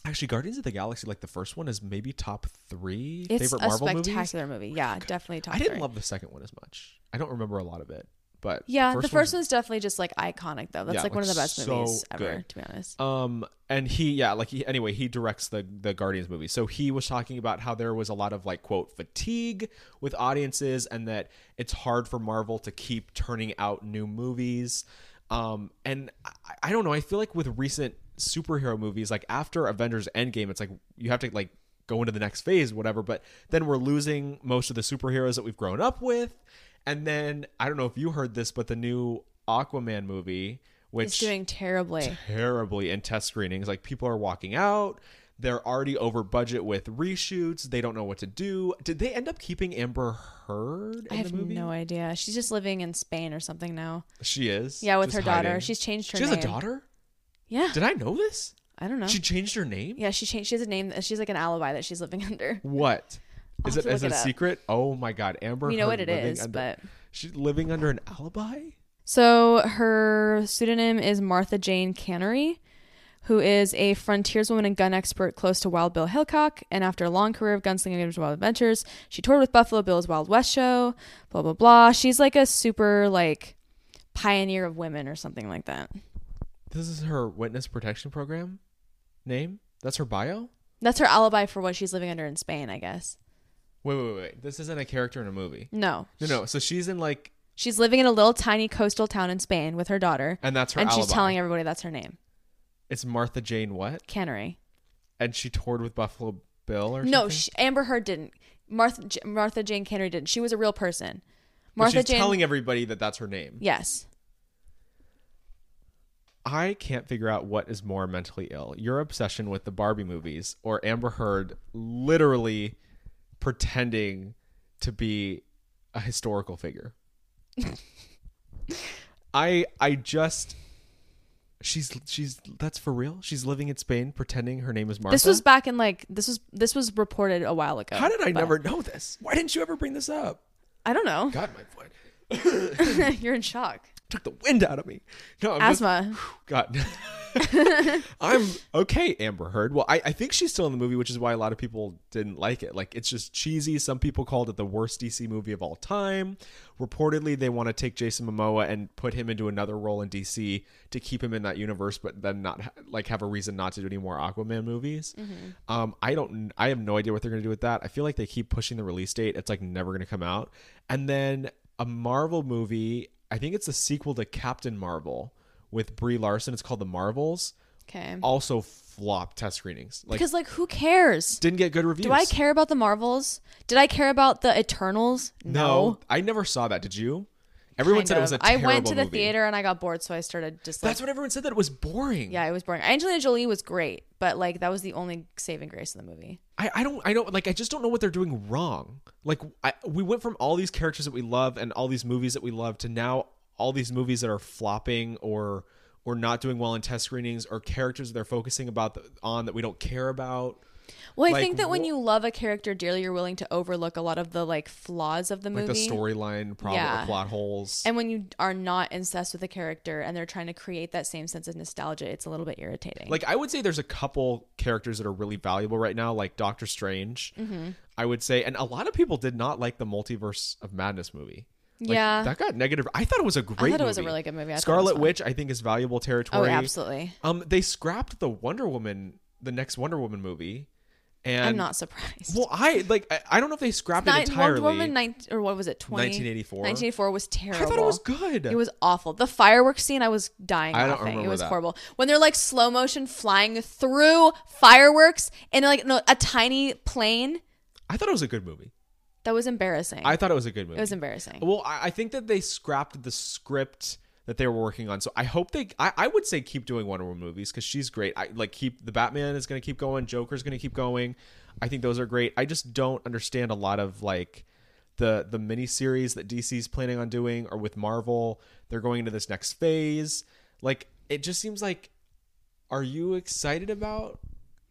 Speaker 1: Actually, Guardians of the Galaxy, like the first one, is maybe top three
Speaker 2: it's
Speaker 1: favorite
Speaker 2: a
Speaker 1: Marvel movies. Oh
Speaker 2: spectacular movie. Yeah, definitely top
Speaker 1: I didn't
Speaker 2: three.
Speaker 1: love the second one as much. I don't remember a lot of it, but
Speaker 2: yeah, the first
Speaker 1: one's-
Speaker 2: one's definitely just like iconic though. That's
Speaker 1: Yeah,
Speaker 2: like, one of the
Speaker 1: like,
Speaker 2: best
Speaker 1: so
Speaker 2: movies ever,
Speaker 1: good.
Speaker 2: to be honest.
Speaker 1: Um, and he, yeah, like he, anyway, he directs the the Guardians movie. So he was talking about how there was a lot of like quote fatigue with audiences, and that it's hard for Marvel to keep turning out new movies. Um, and I, I don't know. I feel like with recent superhero movies, like after Avengers Endgame, it's like you have to like go into the next phase, whatever. But then we're losing most of the superheroes that we've grown up with. And then I don't know if you heard this, but the new Aquaman movie, which
Speaker 2: It's doing terribly.
Speaker 1: terribly in test screenings. Like people are walking out. They're already over budget with reshoots. They don't know what to do. Did they end up keeping Amber Heard? In
Speaker 2: I have
Speaker 1: the movie?
Speaker 2: no idea. She's just living in Spain or something now.
Speaker 1: She is.
Speaker 2: Yeah, with
Speaker 1: just
Speaker 2: her daughter.
Speaker 1: hiding.
Speaker 2: She's changed her
Speaker 1: She has
Speaker 2: name.
Speaker 1: a daughter.
Speaker 2: Yeah.
Speaker 1: Did I know this?
Speaker 2: I don't know.
Speaker 1: She changed her name.
Speaker 2: yeah, she changed. She has a name. that- She's like an alibi that she's living under.
Speaker 1: What?
Speaker 2: I'll
Speaker 1: Is
Speaker 2: have
Speaker 1: it
Speaker 2: to
Speaker 1: is
Speaker 2: look
Speaker 1: it a
Speaker 2: it up.
Speaker 1: secret? Oh my God, Amber.
Speaker 2: We know
Speaker 1: Heard
Speaker 2: what it
Speaker 1: living
Speaker 2: is,
Speaker 1: under-
Speaker 2: but-
Speaker 1: she's living under an alibi.
Speaker 2: So her pseudonym is Martha Jane Cannery, who is a frontierswoman and gun expert close to Wild Bill Hickok. And after a long career of gunslinging and wild adventures, she toured with Buffalo Bill's Wild West show. Blah blah blah. She's like a super like pioneer of women or something like that.
Speaker 1: This is her witness protection program name. That's her bio.
Speaker 2: That's her alibi for what she's living under in Spain, I guess.
Speaker 1: Wait, wait, wait, wait. This isn't a character in a movie.
Speaker 2: No,
Speaker 1: No, no. So she's in like
Speaker 2: She's living in a little tiny coastal town in Spain with her daughter,
Speaker 1: And that's her
Speaker 2: and she's
Speaker 1: alibi.
Speaker 2: telling everybody that's her name.
Speaker 1: It's Martha Jane what?
Speaker 2: Cannery.
Speaker 1: And she toured with Buffalo Bill or
Speaker 2: No,
Speaker 1: something?
Speaker 2: she, Amber Heard didn't. Martha J- Martha Jane Cannery didn't. She was a real person.
Speaker 1: But
Speaker 2: Martha
Speaker 1: she's
Speaker 2: Jane.
Speaker 1: telling everybody that that's her name.
Speaker 2: yes.
Speaker 1: I can't figure out what is more mentally ill your obsession with the Barbie movies or Amber Heard literally pretending to be a historical figure. I I just she's she's that's for real. She's living in Spain pretending her name is Martha.
Speaker 2: This was back in like this was this was reported a while ago.
Speaker 1: How did I
Speaker 2: but-
Speaker 1: never know this? Why didn't you ever bring this up?
Speaker 2: I don't know.
Speaker 1: God, my foot
Speaker 2: You're in shock.
Speaker 1: took the wind out of me. No, I'm just-
Speaker 2: Asthma.
Speaker 1: God. I'm okay, Amber Heard. Well, I, I think she's still in the movie, which is why a lot of people didn't like it. Like, it's just cheesy. Some people called it the worst DC movie of all time. Reportedly, they want to take Jason Momoa and put him into another role in DC to keep him in that universe, but then not ha- like have a reason not to do any more Aquaman movies. Um, I don't. I have no idea what they're going to do with that. I feel like they keep pushing the release date. It's like never going to come out. And then a Marvel movie. I think it's a sequel to Captain Marvel with Brie Larson. It's called The Marvels.
Speaker 2: Okay.
Speaker 1: Also flopped test screenings. Like
Speaker 2: Because like who cares?
Speaker 1: didn't get good reviews.
Speaker 2: Do I care about the Marvels? Did I care about the Eternals?
Speaker 1: No, I never saw that. Did you? Everyone
Speaker 2: Kind
Speaker 1: said it was a
Speaker 2: of.
Speaker 1: terrible
Speaker 2: I went to the
Speaker 1: movie.
Speaker 2: theater and I got bored, so I started just like
Speaker 1: That's what everyone said that it was boring.
Speaker 2: yeah, it was boring. Angelina Jolie was great, but like that was the only saving grace in the movie.
Speaker 1: I, I don't I don't like I just don't know what they're doing wrong. Like I, we went from all these characters that we love and all these movies that we love to now all these movies that are flopping or or not doing well in test screenings or characters they're focusing about the, on that we don't care about.
Speaker 2: Well, I
Speaker 1: Like,
Speaker 2: think that when
Speaker 1: wh-
Speaker 2: you love a character dearly, you're willing to overlook a lot of the like flaws of the movie.
Speaker 1: Like the storyline problem
Speaker 2: Yeah.
Speaker 1: or plot holes.
Speaker 2: And when you are not incensed with a character and they're trying to create that same sense of nostalgia, it's a little bit irritating.
Speaker 1: Like I would say there's a couple characters that are really valuable right now, like Doctor Strange.
Speaker 2: Mm-hmm.
Speaker 1: I would say, and a lot of people did not like the Multiverse of Madness movie. Like,
Speaker 2: Yeah.
Speaker 1: that got negative. I thought it was a great.
Speaker 2: thought it
Speaker 1: movie.
Speaker 2: was a really good movie. I thought it was
Speaker 1: Scarlet
Speaker 2: fun.
Speaker 1: Witch, I think, is valuable
Speaker 2: oh,
Speaker 1: territory.
Speaker 2: absolutely.
Speaker 1: Um, they scrapped the Wonder Woman, the next Wonder Woman movie, and
Speaker 2: I'm not surprised.
Speaker 1: Well, I like. I, I don't know if they scrapped
Speaker 2: Nine-
Speaker 1: it entirely.
Speaker 2: Wonder Woman, nine, or what was it? 20,
Speaker 1: 1984.
Speaker 2: 1984 was
Speaker 1: I
Speaker 2: terrible.
Speaker 1: thought it was good.
Speaker 2: It was awful. The fireworks scene, I was dying
Speaker 1: I don't
Speaker 2: laughing.
Speaker 1: remember
Speaker 2: it was
Speaker 1: that.
Speaker 2: horrible. When they're like slow motion flying through fireworks in like no, a tiny plane,
Speaker 1: I thought it was a good movie.
Speaker 2: that was embarrassing.
Speaker 1: I thought it was a good movie.
Speaker 2: it was embarrassing.
Speaker 1: Well, I, I think that they scrapped the script that they were working on. So I hope they. I, I would say keep doing Wonder Woman movies because she's great. I like keep the Batman is going to keep going. Joker's going to keep going. I think those are great. I just don't understand a lot of like the the miniseries that DC's planning on doing or with Marvel. They're going into this next phase. Like it just seems like. Are you excited about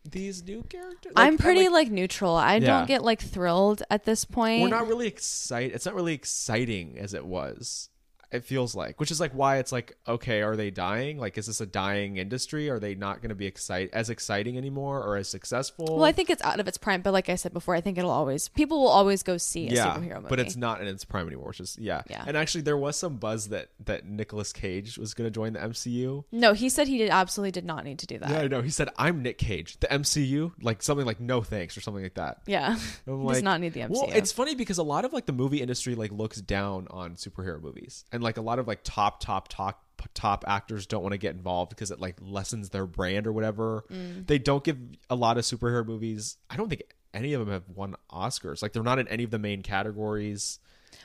Speaker 1: these new characters? Like,
Speaker 2: I'm pretty like, neutral. I
Speaker 1: Yeah.
Speaker 2: don't get like thrilled at this point.
Speaker 1: we're not really excited. It's not really exciting as it was. It feels like, which is like why it's like, okay, are they dying? Like, is this a dying industry? Are they not going to be excite as exciting anymore or as successful?
Speaker 2: well, I think it's out of its prime, but like I said before, I think it'll always people will always go see a
Speaker 1: yeah,
Speaker 2: superhero movie.
Speaker 1: but it's not in its prime anymore. Which is yeah,
Speaker 2: Yeah.
Speaker 1: And actually, there was some buzz that that Nicolas Cage was going to join the MCU.
Speaker 2: no. He said he did absolutely did not need to do that.
Speaker 1: Yeah, I know. He said, "I'm Nick Cage, the MCU," like something like "No thanks" or something like that.
Speaker 2: Yeah,
Speaker 1: I'm
Speaker 2: does
Speaker 1: like-
Speaker 2: not need the MCU.
Speaker 1: Well, it's funny because a lot of like the movie industry like looks down on superhero movies, and like a lot of like top top top top actors don't want to get involved because it like lessens their brand or whatever.
Speaker 2: Mm.
Speaker 1: They don't give a lot of superhero movies. I don't think any of them have won Oscars. Like they're not in any of the main categories.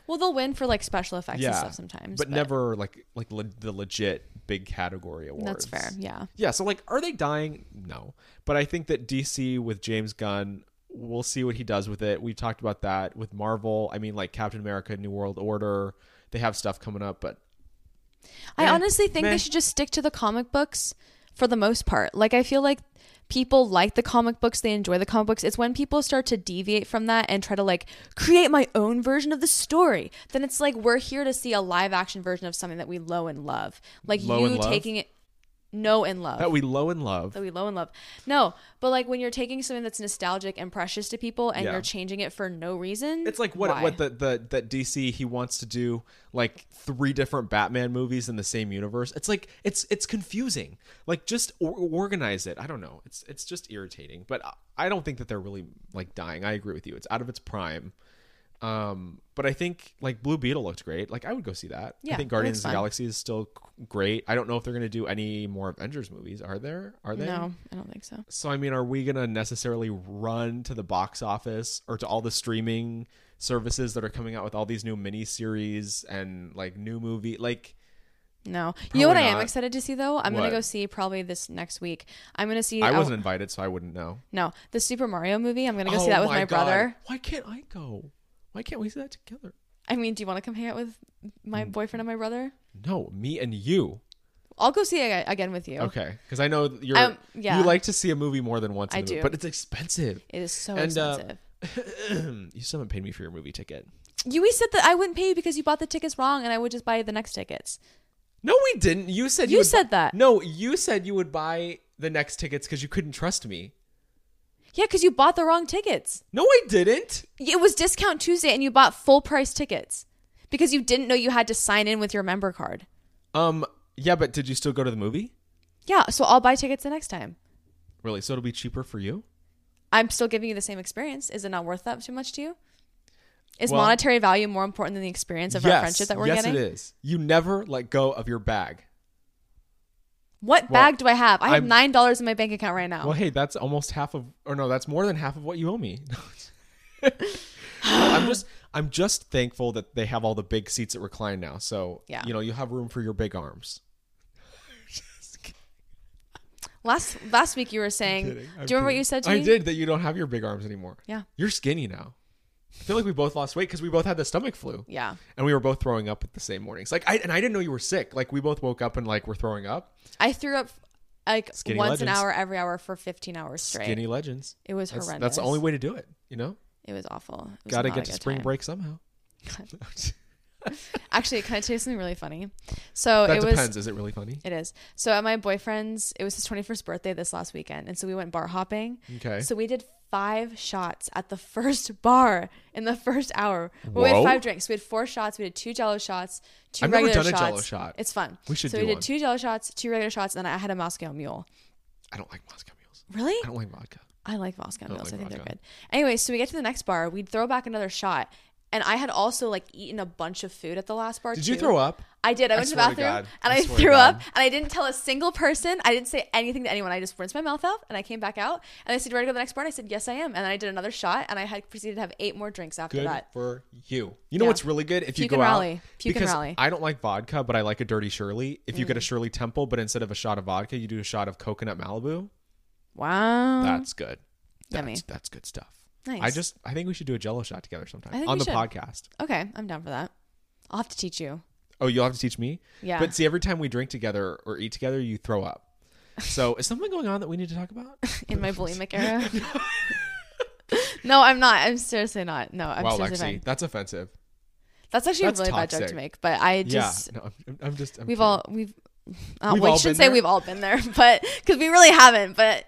Speaker 2: well, they'll win for like special effects and
Speaker 1: yeah,
Speaker 2: stuff sometimes,
Speaker 1: but, never like like le- the legit big category awards.
Speaker 2: That's fair. Yeah.
Speaker 1: Yeah, so like, are they dying? No. But I think that DC with James Gunn, we'll see what he does with it. We've talked about that with Marvel. I mean, like Captain America, New World Order, they have stuff coming up, but
Speaker 2: I
Speaker 1: Eh,
Speaker 2: honestly think
Speaker 1: meh.
Speaker 2: they should just stick to the comic books for the most part. Like I feel like people like the comic books, they enjoy the comic books. It's when people start to deviate from that and try to like create my own version of the story. Then it's like we're here to see a live action version of something that we low and love. Like
Speaker 1: Low
Speaker 2: you
Speaker 1: and love?
Speaker 2: taking it no and love.
Speaker 1: that we low in love.
Speaker 2: that we low and love. No, but like when you're taking something that's nostalgic and precious to people and
Speaker 1: Yeah.
Speaker 2: you're changing it for no reason.
Speaker 1: It's like what
Speaker 2: why?
Speaker 1: what the, the that DC he wants to do like three different Batman movies in the same universe. It's like it's it's confusing. Like just or, organize it. I don't know. It's it's just irritating. But I, I don't think that they're really like dying. I agree with you. It's out of its prime. Um, but I think like Blue Beetle looked great. Like I would go see that.
Speaker 2: Yeah,
Speaker 1: I think
Speaker 2: it
Speaker 1: Guardians
Speaker 2: looks
Speaker 1: of the
Speaker 2: fun.
Speaker 1: Galaxy is still c- great. I don't know if they're going to do any more Avengers movies. Are there? Are they?
Speaker 2: No, I don't think so.
Speaker 1: So I mean, are we going to necessarily run to the box office or to all the streaming services that are coming out with all these new miniseries and like new movie? Like
Speaker 2: No. you know what
Speaker 1: Probably
Speaker 2: I am
Speaker 1: not.
Speaker 2: excited to see though? I'm
Speaker 1: What?
Speaker 2: gonna go see probably this next week. I'm gonna see.
Speaker 1: I
Speaker 2: oh,
Speaker 1: wasn't invited, so I wouldn't know. Oh
Speaker 2: No, the Super Mario movie. I'm gonna go see that with my,
Speaker 1: God.
Speaker 2: brother.
Speaker 1: Why can't I go? Why can't we see that together?
Speaker 2: I mean, do you want to come hang out with my
Speaker 1: Mm.
Speaker 2: boyfriend and my brother?
Speaker 1: No, me and you.
Speaker 2: I'll go see it again with you.
Speaker 1: Okay, because I know that you're
Speaker 2: Um, yeah.
Speaker 1: you like to see a movie more than once. In
Speaker 2: I
Speaker 1: the movie,
Speaker 2: do.
Speaker 1: but it's expensive.
Speaker 2: It is so
Speaker 1: And, uh,
Speaker 2: expensive.
Speaker 1: you still haven't paid me for your movie ticket.
Speaker 2: You we said that I wouldn't pay you because you bought the tickets wrong, and I would just buy the next tickets.
Speaker 1: No, we didn't. You said
Speaker 2: You
Speaker 1: would-
Speaker 2: said that.
Speaker 1: No, you said you would buy the next tickets because you couldn't trust me.
Speaker 2: Yeah, because you bought the wrong tickets.
Speaker 1: No, I didn't.
Speaker 2: It was discount Tuesday, and you bought full price tickets because you didn't know you had to sign in with your member card.
Speaker 1: Um, yeah, but did you still go to the movie?
Speaker 2: Yeah, so I'll buy tickets the next time.
Speaker 1: Really? So it'll be cheaper for you?
Speaker 2: I'm still giving you the same experience. Is it not worth that too much to you? Is
Speaker 1: Well-
Speaker 2: monetary value more important than the experience of our friendship that we're
Speaker 1: yes,
Speaker 2: getting?
Speaker 1: it is. You never let go of your bag.
Speaker 2: What bag do I have? I have
Speaker 1: I'm-
Speaker 2: nine dollars in my bank account right now.
Speaker 1: Well, hey, that's almost half of, or no, that's more than half of what you owe me. No, I'm just, I'm just thankful that they have all the big seats that recline now. So,
Speaker 2: Yeah.
Speaker 1: you know, you have room for your big arms.
Speaker 2: Last last week you were saying, do you remember what you said to
Speaker 1: I
Speaker 2: me?
Speaker 1: did that you don't have your big arms anymore.
Speaker 2: Yeah.
Speaker 1: You're skinny now. I feel like we both lost weight because we both had the stomach flu.
Speaker 2: Yeah.
Speaker 1: And we were both throwing up at the same mornings. Like I and I didn't know you were sick. Like we both woke up and like we're throwing up.
Speaker 2: I threw up like
Speaker 1: Skinny
Speaker 2: once an
Speaker 1: legends.
Speaker 2: hour every hour for 15 hours straight.
Speaker 1: Skinny legends.
Speaker 2: It was
Speaker 1: That's,
Speaker 2: horrendous.
Speaker 1: that's the only way to do it. You know,
Speaker 2: It was awful. It was
Speaker 1: got to
Speaker 2: not a
Speaker 1: get to
Speaker 2: good
Speaker 1: spring
Speaker 2: time.
Speaker 1: break somehow.
Speaker 2: Actually, can I tell you something really funny? So
Speaker 1: That
Speaker 2: it was.
Speaker 1: depends. Is it really funny?
Speaker 2: It is. So at my boyfriend's, it was his 21st birthday this last weekend. And so we went bar hopping.
Speaker 1: Okay.
Speaker 2: So we did five shots at the first bar in the first hour. Well, We
Speaker 1: Whoa.
Speaker 2: had five drinks. We had four shots. We did two jello shots, 2
Speaker 1: I've never
Speaker 2: regular
Speaker 1: done a
Speaker 2: shots.
Speaker 1: Jell-O shot.
Speaker 2: It's fun.
Speaker 1: We should
Speaker 2: So
Speaker 1: do
Speaker 2: we did
Speaker 1: one.
Speaker 2: two jello shots, two regular shots, and then I had a Moscow mule.
Speaker 1: I don't like Moscow mules.
Speaker 2: Really?
Speaker 1: I don't like vodka.
Speaker 2: I like Moscow Mules.
Speaker 1: like
Speaker 2: I think they're
Speaker 1: vodka.
Speaker 2: good. Anyway, so we get to the next bar. We'd throw back another shot. And I had also like eaten a bunch of food at the last bar.
Speaker 1: Did you
Speaker 2: too.
Speaker 1: throw up?
Speaker 2: I did. I,
Speaker 1: I
Speaker 2: went to the
Speaker 1: swear to
Speaker 2: bathroom
Speaker 1: God.
Speaker 2: and
Speaker 1: I
Speaker 2: I,
Speaker 1: swear to
Speaker 2: threw
Speaker 1: God.
Speaker 2: up and I didn't tell a single person. I didn't say anything to anyone. I just rinsed my mouth out and I came back out and I said, "You "Ready to go to the next bar?" And I said, "Yes, I am." And then I did another shot and I had proceeded to have eight more drinks after
Speaker 1: Good
Speaker 2: that.
Speaker 1: for you. You know
Speaker 2: Yeah.
Speaker 1: what's really good if you
Speaker 2: Puke
Speaker 1: go
Speaker 2: and
Speaker 1: out
Speaker 2: rally. Puke and
Speaker 1: because
Speaker 2: rally. Mm.
Speaker 1: I don't like vodka, but I like a dirty Shirley. If you get a Shirley Temple, but instead of a shot of vodka, you do a shot of coconut Malibu.
Speaker 2: Wow.
Speaker 1: That's good. That's,
Speaker 2: Mm-hmm. Yummy.
Speaker 1: that's good stuff.
Speaker 2: Nice.
Speaker 1: I just I think we should do a Jello shot together sometime
Speaker 2: I think
Speaker 1: on
Speaker 2: we
Speaker 1: the
Speaker 2: should.
Speaker 1: podcast.
Speaker 2: okay, I'm down for that. I'll have to teach you.
Speaker 1: Oh, you'll have to teach me.
Speaker 2: Yeah.
Speaker 1: But see, every time we drink together or eat together, you throw up. So is something going on that we need to talk about?
Speaker 2: in my bulimic era. no, I'm not. I'm seriously not. No, I'm
Speaker 1: wow,
Speaker 2: seriously
Speaker 1: Lexi,
Speaker 2: fine.
Speaker 1: that's offensive.
Speaker 2: That's actually
Speaker 1: that's
Speaker 2: a really bad joke
Speaker 1: toxic.
Speaker 2: to make, but I just
Speaker 1: yeah. No, I'm, I'm just. I'm
Speaker 2: we've
Speaker 1: kidding.
Speaker 2: all we've. Uh,
Speaker 1: We've
Speaker 2: well,
Speaker 1: all
Speaker 2: I shouldn't
Speaker 1: been
Speaker 2: say
Speaker 1: there.
Speaker 2: we've all been there, but because we really haven't. But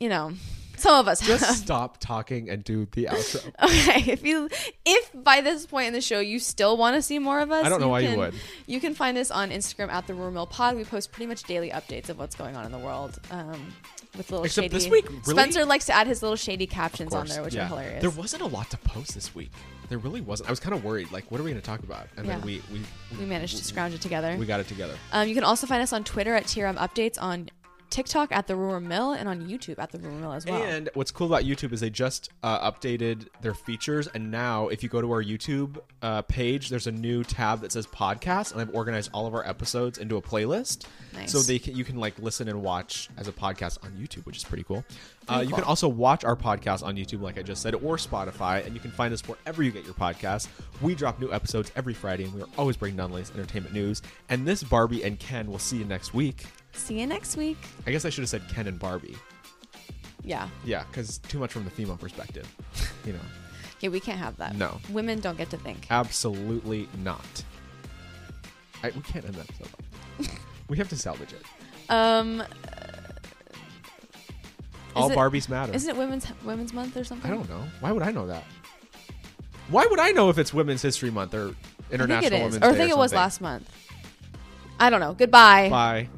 Speaker 2: you know, some of us
Speaker 1: just
Speaker 2: have.
Speaker 1: stop talking and do the outro.
Speaker 2: Okay, if you if by this point in the show you still want to see more of us,
Speaker 1: I don't know why you
Speaker 2: can-
Speaker 1: would.
Speaker 2: You can find us on Instagram at the Rumor Mill Pod. We post pretty much daily updates of what's going on in the world. Um, with little
Speaker 1: Except
Speaker 2: shady.
Speaker 1: this week, really?
Speaker 2: Spencer likes to add his little shady captions on
Speaker 1: course.
Speaker 2: there, which
Speaker 1: Yeah.
Speaker 2: are hilarious.
Speaker 1: There wasn't a lot to post this week. There really wasn't. I was kind of worried. Like, what are we going to talk about? And then
Speaker 2: Yeah.
Speaker 1: we we
Speaker 2: we managed to scrounge it together.
Speaker 1: we got it together.
Speaker 2: Um, you can also find us on Twitter at TRM Updates, on TikTok at The Rumor Mill, and on YouTube at The Rumor Mill as well.
Speaker 1: And what's cool about YouTube is they just uh, updated their features, and now if you go to our YouTube uh, page, there's a new tab that says podcast, and I've organized all of our episodes into a playlist,
Speaker 2: Nice.
Speaker 1: so they can, you can like listen and watch as a podcast on YouTube, which is pretty cool. uh, You can also watch our podcast on YouTube, like I just said, or Spotify, and you can find us wherever you get your podcasts. We drop new episodes every Friday, and we are always bringing non-lace entertainment news. And this Barbie and Ken, we'll see you next week.
Speaker 2: See you next week.
Speaker 1: I guess I should have said Ken and Barbie.
Speaker 2: Yeah.
Speaker 1: Yeah, because too much from the female perspective. You know,
Speaker 2: Yeah, we can't have that.
Speaker 1: No.
Speaker 2: Women don't get to think.
Speaker 1: absolutely not. I, we can't end that episode. like that. we have to salvage it.
Speaker 2: Um,
Speaker 1: All
Speaker 2: it-
Speaker 1: Barbies matter.
Speaker 2: isn't it Women's Women's Month or something?
Speaker 1: I don't know. Why would I know that? Why would I know if it's Women's History Month or
Speaker 2: I think
Speaker 1: International
Speaker 2: it is.
Speaker 1: Women's
Speaker 2: Or I
Speaker 1: Day
Speaker 2: think it was
Speaker 1: something?
Speaker 2: last month. I don't know. Goodbye.
Speaker 1: Bye.